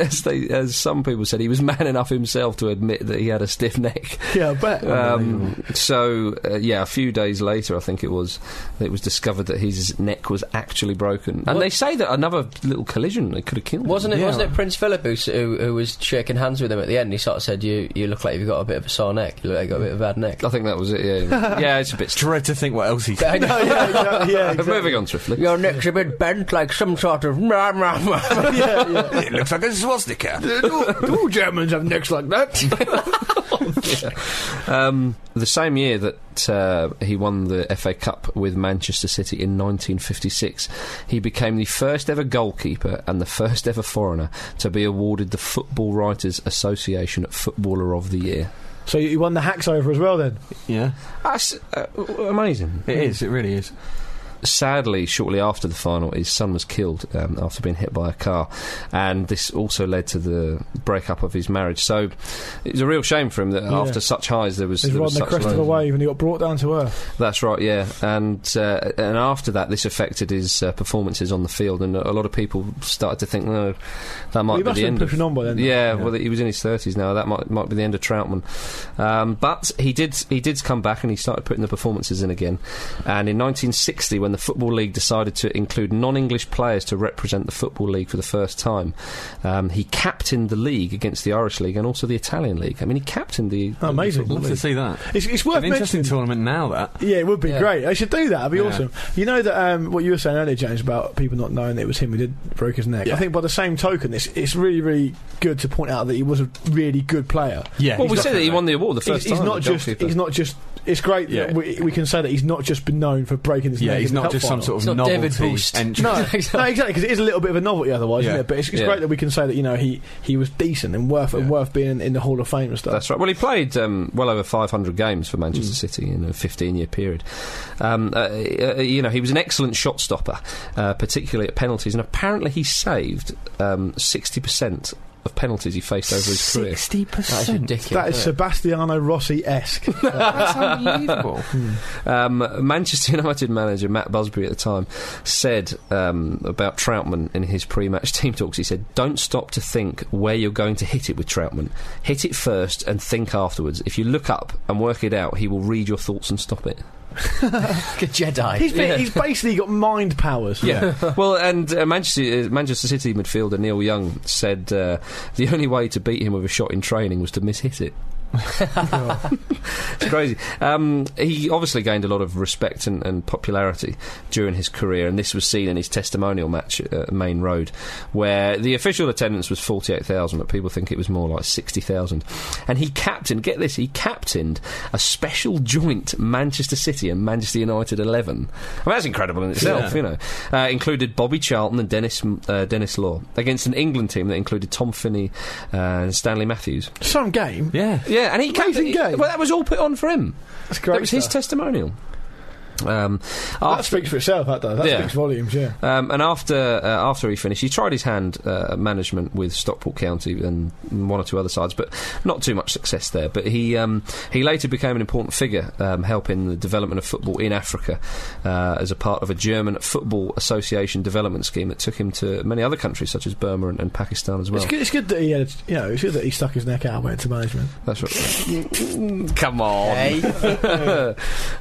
A: as, they, as some people said, he was man enough himself to admit that he had a stiff neck.
D: Yeah, I bet.
A: Um, so, uh, yeah, a few days later, I think it was, it was discovered that his neck was actually broken. And they say that another little collision they could have killed. him.
C: Wasn't it? Wasn't it Prince Philip who, who who was shaking hands with him at the end? He sort of said, "You you look like you've got a bit of a sore neck. You look like you've got a bit of a bad neck."
A: I think that was it. Yeah, yeah, it's a bit. Str-
F: Dread to think what else he.
C: I know.
D: yeah, yeah, yeah, exactly.
A: Moving on swiftly.
C: Your neck's a bit bent like some sort of. yeah,
D: yeah, yeah.
F: it looks like a swastika.
D: All Germans have necks like that.
A: Um, the same year that uh, he won the FA Cup with Manchester City in 1956, he became the first ever goalkeeper and the first ever foreigner to be awarded the Football Writers Association Footballer of the Year.
D: so you won the hacks over as well then?
F: yeah,
A: That's uh, w- amazing.
F: it is. It really is.
A: sadly, shortly after the final, his son was killed um, after being hit by a car, and this also led to the breakup of his marriage. So it was a real shame for him that
D: Yeah.
A: after such highs there was,
D: He's
A: there
D: riding
A: was
D: the
A: such
D: crest of a
A: lows.
D: wave and he got brought down to earth.
A: That's right, yeah, and uh, and after that, this affected his uh, performances on the field, and a lot of people started to think, no, that might
D: he
A: be
D: must
A: the
D: have
A: end.
D: been
A: of
D: pushing on by then.
A: yeah, well, he was in his thirties now. That might might be the end of Troutman, um, but he did he did come back and he started putting the performances in again. And in 1960, when the Football League decided to include non-English players to represent the Football League for the first time, um, he captained the league against the Irish League and also the Italian League. I mean, he captained the
D: Oh, amazing.
A: the Football
F: Love to
A: League.
F: see that.
D: It's, it's worth
F: An interesting
D: mentioning.
F: tournament now. That
D: Yeah, it would be
C: Yeah.
D: great. They should do that. That'd be
F: Yeah.
D: awesome. You know that um, what you were saying earlier, James, about people not knowing it was him who did broke his neck. I think by the same token, it's it's really really good to point out that he was a really good player.
F: yeah.
A: Well, we
F: he's
A: said that he
F: definitely-
A: won the award the
D: He's,
A: first
D: he's
A: time.
D: not
A: the
D: just.
A: goalkeeper.
D: He's not just. It's great
F: Yeah.
D: that we, we can say that he's not just been known for breaking his
F: Yeah,
D: neck.
F: he's
D: in the
F: not
D: cup
F: just some
D: final.
F: sort of
C: It's not
F: novelty
C: David Boost.
F: entry.
D: No, no, exactly, because it is a little bit of a novelty otherwise,
F: Yeah.
D: isn't it? But it's, it's
A: Yeah.
D: great that we can say that you know he, he was decent and worth and
F: Yeah.
D: worth being in, in the Hall of Fame and stuff.
A: That's right. Well, he played um, well over 500 games for Manchester
F: Mm.
A: City in a 15-year period. Um, uh, uh, you know, he was an excellent shot stopper, uh, particularly at penalties, and apparently he saved um, 60% of penalties he faced over his career.
C: that's ridiculous.
D: That is
C: isn't it?
D: Sebastiano Rossi esque.
F: That's unbelievable.
A: Um, Manchester United manager Matt Busby at the time said um, about Troutman in his pre-match team talks. He said, "Don't stop to think where you're going to hit it with Troutman. Hit it first and think afterwards. If you look up and work it out, he will read your thoughts and stop it."
C: Like a Jedi.
D: He's, been, he's basically got mind powers.
F: yeah.
A: well, and uh, Manchester, uh, Manchester City midfielder Neil Young said uh, the only way to beat him with a shot in training was to mishit it. it's crazy. Um, he obviously gained a lot of respect and, and popularity during his career, and this was seen in his testimonial match at Main Road, where the official attendance was 48,000, but people think it was more like 60,000. And he captained, get this, he captained a special joint Manchester City and Manchester United 11. I mean, that's incredible in itself,
F: Yeah.
A: you know. Uh, included Bobby Charlton and Dennis, uh, Dennis Law against an England team that included Tom Finney uh, and Stanley Matthews.
D: Some game.
F: Yeah.
A: Yeah, and he
D: Amazing
A: captain-
D: game.
A: Well, that was all put on for him.
D: That's great.
A: That was his
D: stuff.
A: testimonial. Um,
D: That
A: after,
D: speaks for itself, that does. That
A: Yeah.
D: speaks volumes, yeah.
A: um, and after uh, after he finished, he tried his hand uh, at management with Stockport County and one or two other sides, but not too much success there. But he um, he later became an important figure, um, helping the development of football in Africa uh, as a part of a German football association development scheme that took him to many other countries such as Burma and, and Pakistan as well.
D: it's, good, it's good that he had, you know, it's good that he stuck his neck out and went into management.
A: That's right. Come on.
C: Hey.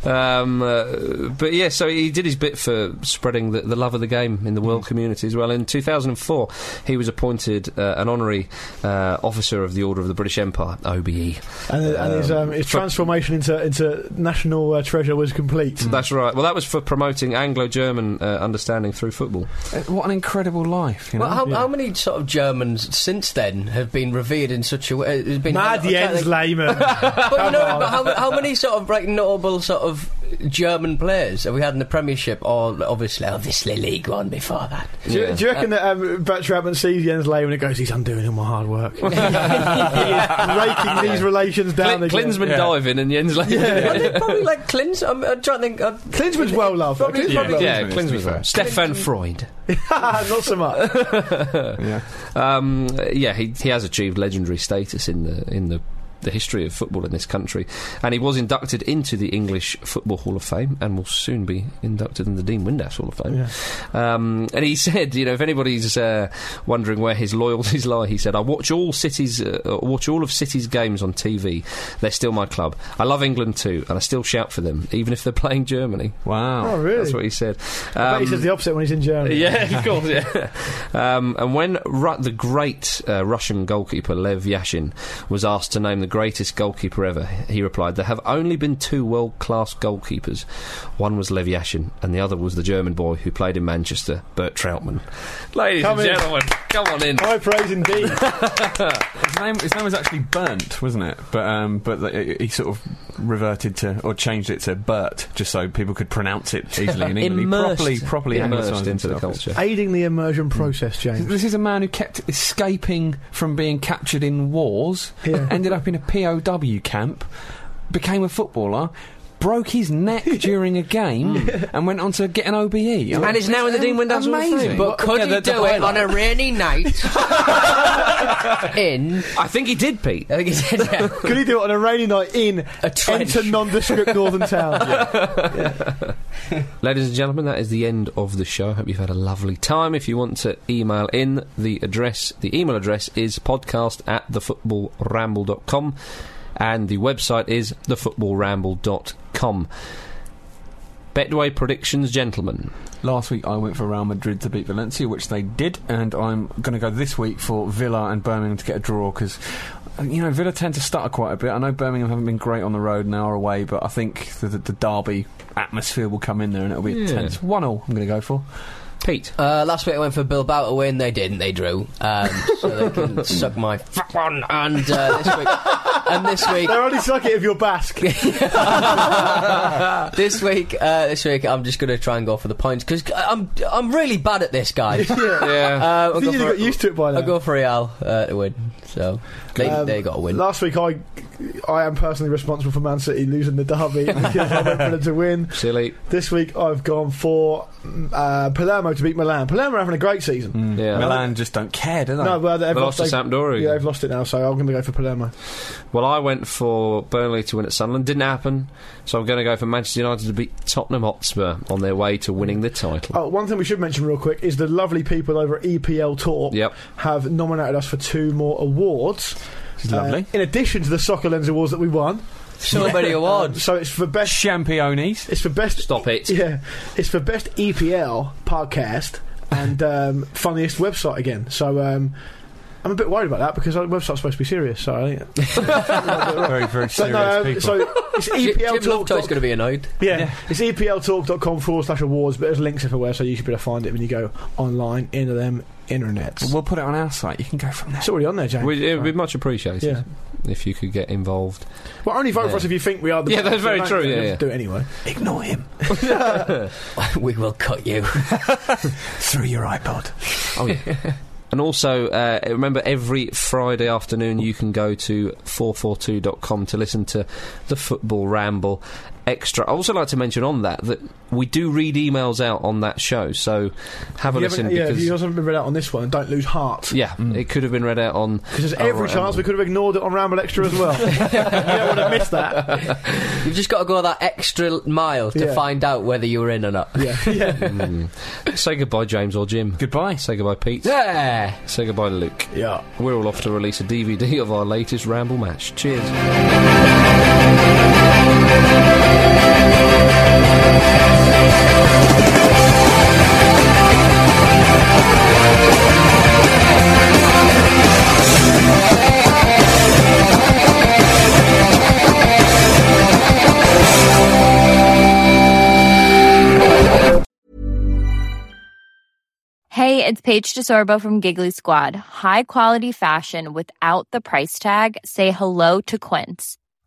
A: um, uh, but yeah, so he did his bit for spreading the, the love of the game in the world community as well. In 2004, he was appointed uh, an honorary uh, officer of the Order of the British Empire, E. OBE.
D: And, and his, um, his
A: for-
D: transformation into, into national uh, treasure was complete.
A: That's right. Well, that was for promoting Anglo German uh, understanding through football.
F: Uh, What an incredible life. You know?
C: Well, how, how many sort of Germans since then have been revered in such a way? Has been I'm
D: Mad
C: trying to
D: Jens
C: think-
D: Lehmann.
C: But, you know,
D: Come
C: but how, how many sort of like notable sort of German players have we had in the Premiership or obviously obviously League One before that?
D: Do, you-
A: Yeah.
D: do you reckon that um, Bert Trapman sees Jens Lehmann and goes, he's undoing all my hard work? he is raking these relations down
A: Cl-
D: again.
A: Klinsmann diving and Jens Lehmann.
C: Well, they probably like Clint. I'm, I'm trying to think. Uh,
D: Klinsmann's well loved. though.
C: Probably-
D: Klinsmann's
A: Yeah,
D: well loved.
A: yeah,
F: Klinsmann is, to be
A: Klinsmann.
F: fair.
A: Stefan Freud.
D: Ah, Not so much.
F: yeah.
A: Um, yeah, he, he has achieved legendary status in the in the the history of football in this country. And he was inducted into the English Football Hall of Fame and will soon be inducted in the Dean Windass Hall of Fame. Um, and he said, you know, if anybody's uh, wondering where his loyalties lie, he said, I watch all cities, uh, uh, watch all of City's games on TV. They're still my club. I love England too, and I still shout for them, even if they're playing Germany.
D: Oh,
B: Wow.
D: really?
A: That's what he said.
D: I bet he
A: Um,
D: says the opposite when he's in Germany.
A: yeah, of course. Yeah. Um, and when Ru- the great uh, Russian goalkeeper Lev Yashin was asked to name the greatest goalkeeper ever, he replied, "There have only been two world-class goalkeepers. One was Lev Yashin, and the other was the German boy who played in Manchester, Bert Troutman." Ladies
D: Come
A: and
D: in.
A: gentlemen, come on in.
D: High praise indeed.
C: Oh.
B: His name, his name was actually Burnt, wasn't it? But um, but the, he sort of reverted to or changed it to Bert, just so people could pronounce it easily in English. He
C: Immersed.
B: properly, properly
A: Immersed
B: anglicised
A: into the
B: himself.
A: culture.
D: Aiding the immersion process, James.
B: This is a man who kept escaping from being captured in wars,
D: Yeah.
B: ended up in a POW camp, became a footballer, broke his neck during a game, and went on to get an E. OBE.
C: And is now in the Dean Windass Hall of Fame.
B: Amazing.
C: But could
B: Yeah,
C: he
B: the- the
C: do it on
B: highlight.
C: a rainy night? in.
A: I think he did, Pete.
C: I think he said, yeah.
D: Could he do it on a rainy night in
C: A trench.
D: enter nondescript northern town?
A: Ladies and gentlemen, that is the end of the show. Hope you've had a lovely time. If you want to email in, the address, the email address is podcast at thefootballramble.com and the website is thefootballramble.com. Betway predictions, gentlemen.
B: Last week I went for Real Madrid to beat Valencia, which they did, and I'm going to go this week for Villa and Birmingham to get a draw because. You know, Villa tend to stutter quite a bit. I know Birmingham haven't been great on the road an hour away, but I think the, the, the derby atmosphere will come in there and it'll be
A: Yeah.
B: tense. 1 0, I'm going to go for.
A: Pete.
C: Uh, last week I went for Bilbao to win. They didn't. They drew. Um, so they can suck my fuck one. And uh, this week, and this week,
D: They're only suck it if you're Basque.
C: this week, uh, this week, I'm just going to try and go for the points because I'm I'm really bad at this, guys.
A: Yeah.
C: Uh,
D: I
C: I'll,
D: think
C: go
D: you'd have
C: for,
D: got used to it by now.
C: I'll go for Real uh, to win. So they
D: Um,
C: they got a win.
D: Last week, I I am personally responsible for Man City losing the derby because I went for them to win.
A: Silly.
D: This week, I've gone for mm, uh, Palermo to beat Milan. Palermo are having a great season.
A: Yeah.
B: Mm. Milan just don't care, do they?
D: No, well, they've
A: They lost to
D: they've-
A: Sampdoria.
D: Yeah, they've lost it now, so I'm going to go for Palermo.
A: Well, I went for Burnley to win at Sunderland. Didn't happen. So I'm going to go for Manchester United to beat Tottenham Hotspur on their way to winning the title.
D: Oh, one thing we should mention real quick is the lovely people over at E EPL Talk
A: Yep.
D: have nominated us for two more awards.
B: Which is lovely.
D: Uh, in addition to the Soccer Lens Awards that we won.
C: so many
D: Um,
C: awards.
D: so it's for best.
B: Championes.
D: It's for best.
A: Stop it.
D: Yeah, it's for best EPL podcast and um, funniest website again. So um, I'm a bit worried about that because our website's supposed to be serious. So I think-
B: very, very
D: so,
B: serious
D: no, um,
B: people.
D: so it's
C: Jim Jim
D: EPL E Talk.
C: Lovejoy's going to be annoyed.
D: yeah, it's E EPLTalk.com forward slash awards, but there's links everywhere, so you should be able to find it when you go online into them internets.
B: we'll put it on our site. You can go from there.
D: It's already on there, James.
A: We, it would be much appreciated
D: Yeah.
A: if you could get involved.
D: Well, only vote
A: Yeah.
D: for us if you think we are the
A: Yeah,
D: best.
A: that's very
D: Don't-
A: true, yeah,
D: don't
A: yeah.
D: Do it anyway.
B: Ignore him
C: we will cut you.
B: through your iPod.
A: Oh yeah. And also, uh, remember every Friday afternoon you can go to 442.com to listen to the Football Ramble Extra. I also like to mention on that that we do read emails out on that show, so have a
D: If you
A: listen
D: haven't- yeah, if
A: because
D: you haven't been read out on this one, don't lose heart.
A: yeah, it could have been read out on.
D: Because there's
A: Oh,
D: every
A: right,
D: chance
A: Emily.
D: we could have ignored it on Ramble Extra as well. you don't want to miss that.
C: You've just got to go that extra mile to
D: Yeah.
C: find out whether you were in or not.
D: Yeah, yeah.
A: Say goodbye, James or Jim.
B: Goodbye.
A: Say goodbye, Pete.
C: Yeah.
A: Say goodbye, Luke.
D: yeah.
A: We're all off to release a DVD of our latest Ramble match. Cheers.
G: Hey, it's Paige DeSorbo from Giggly Squad. High quality fashion without the price tag. Say hello to Quince.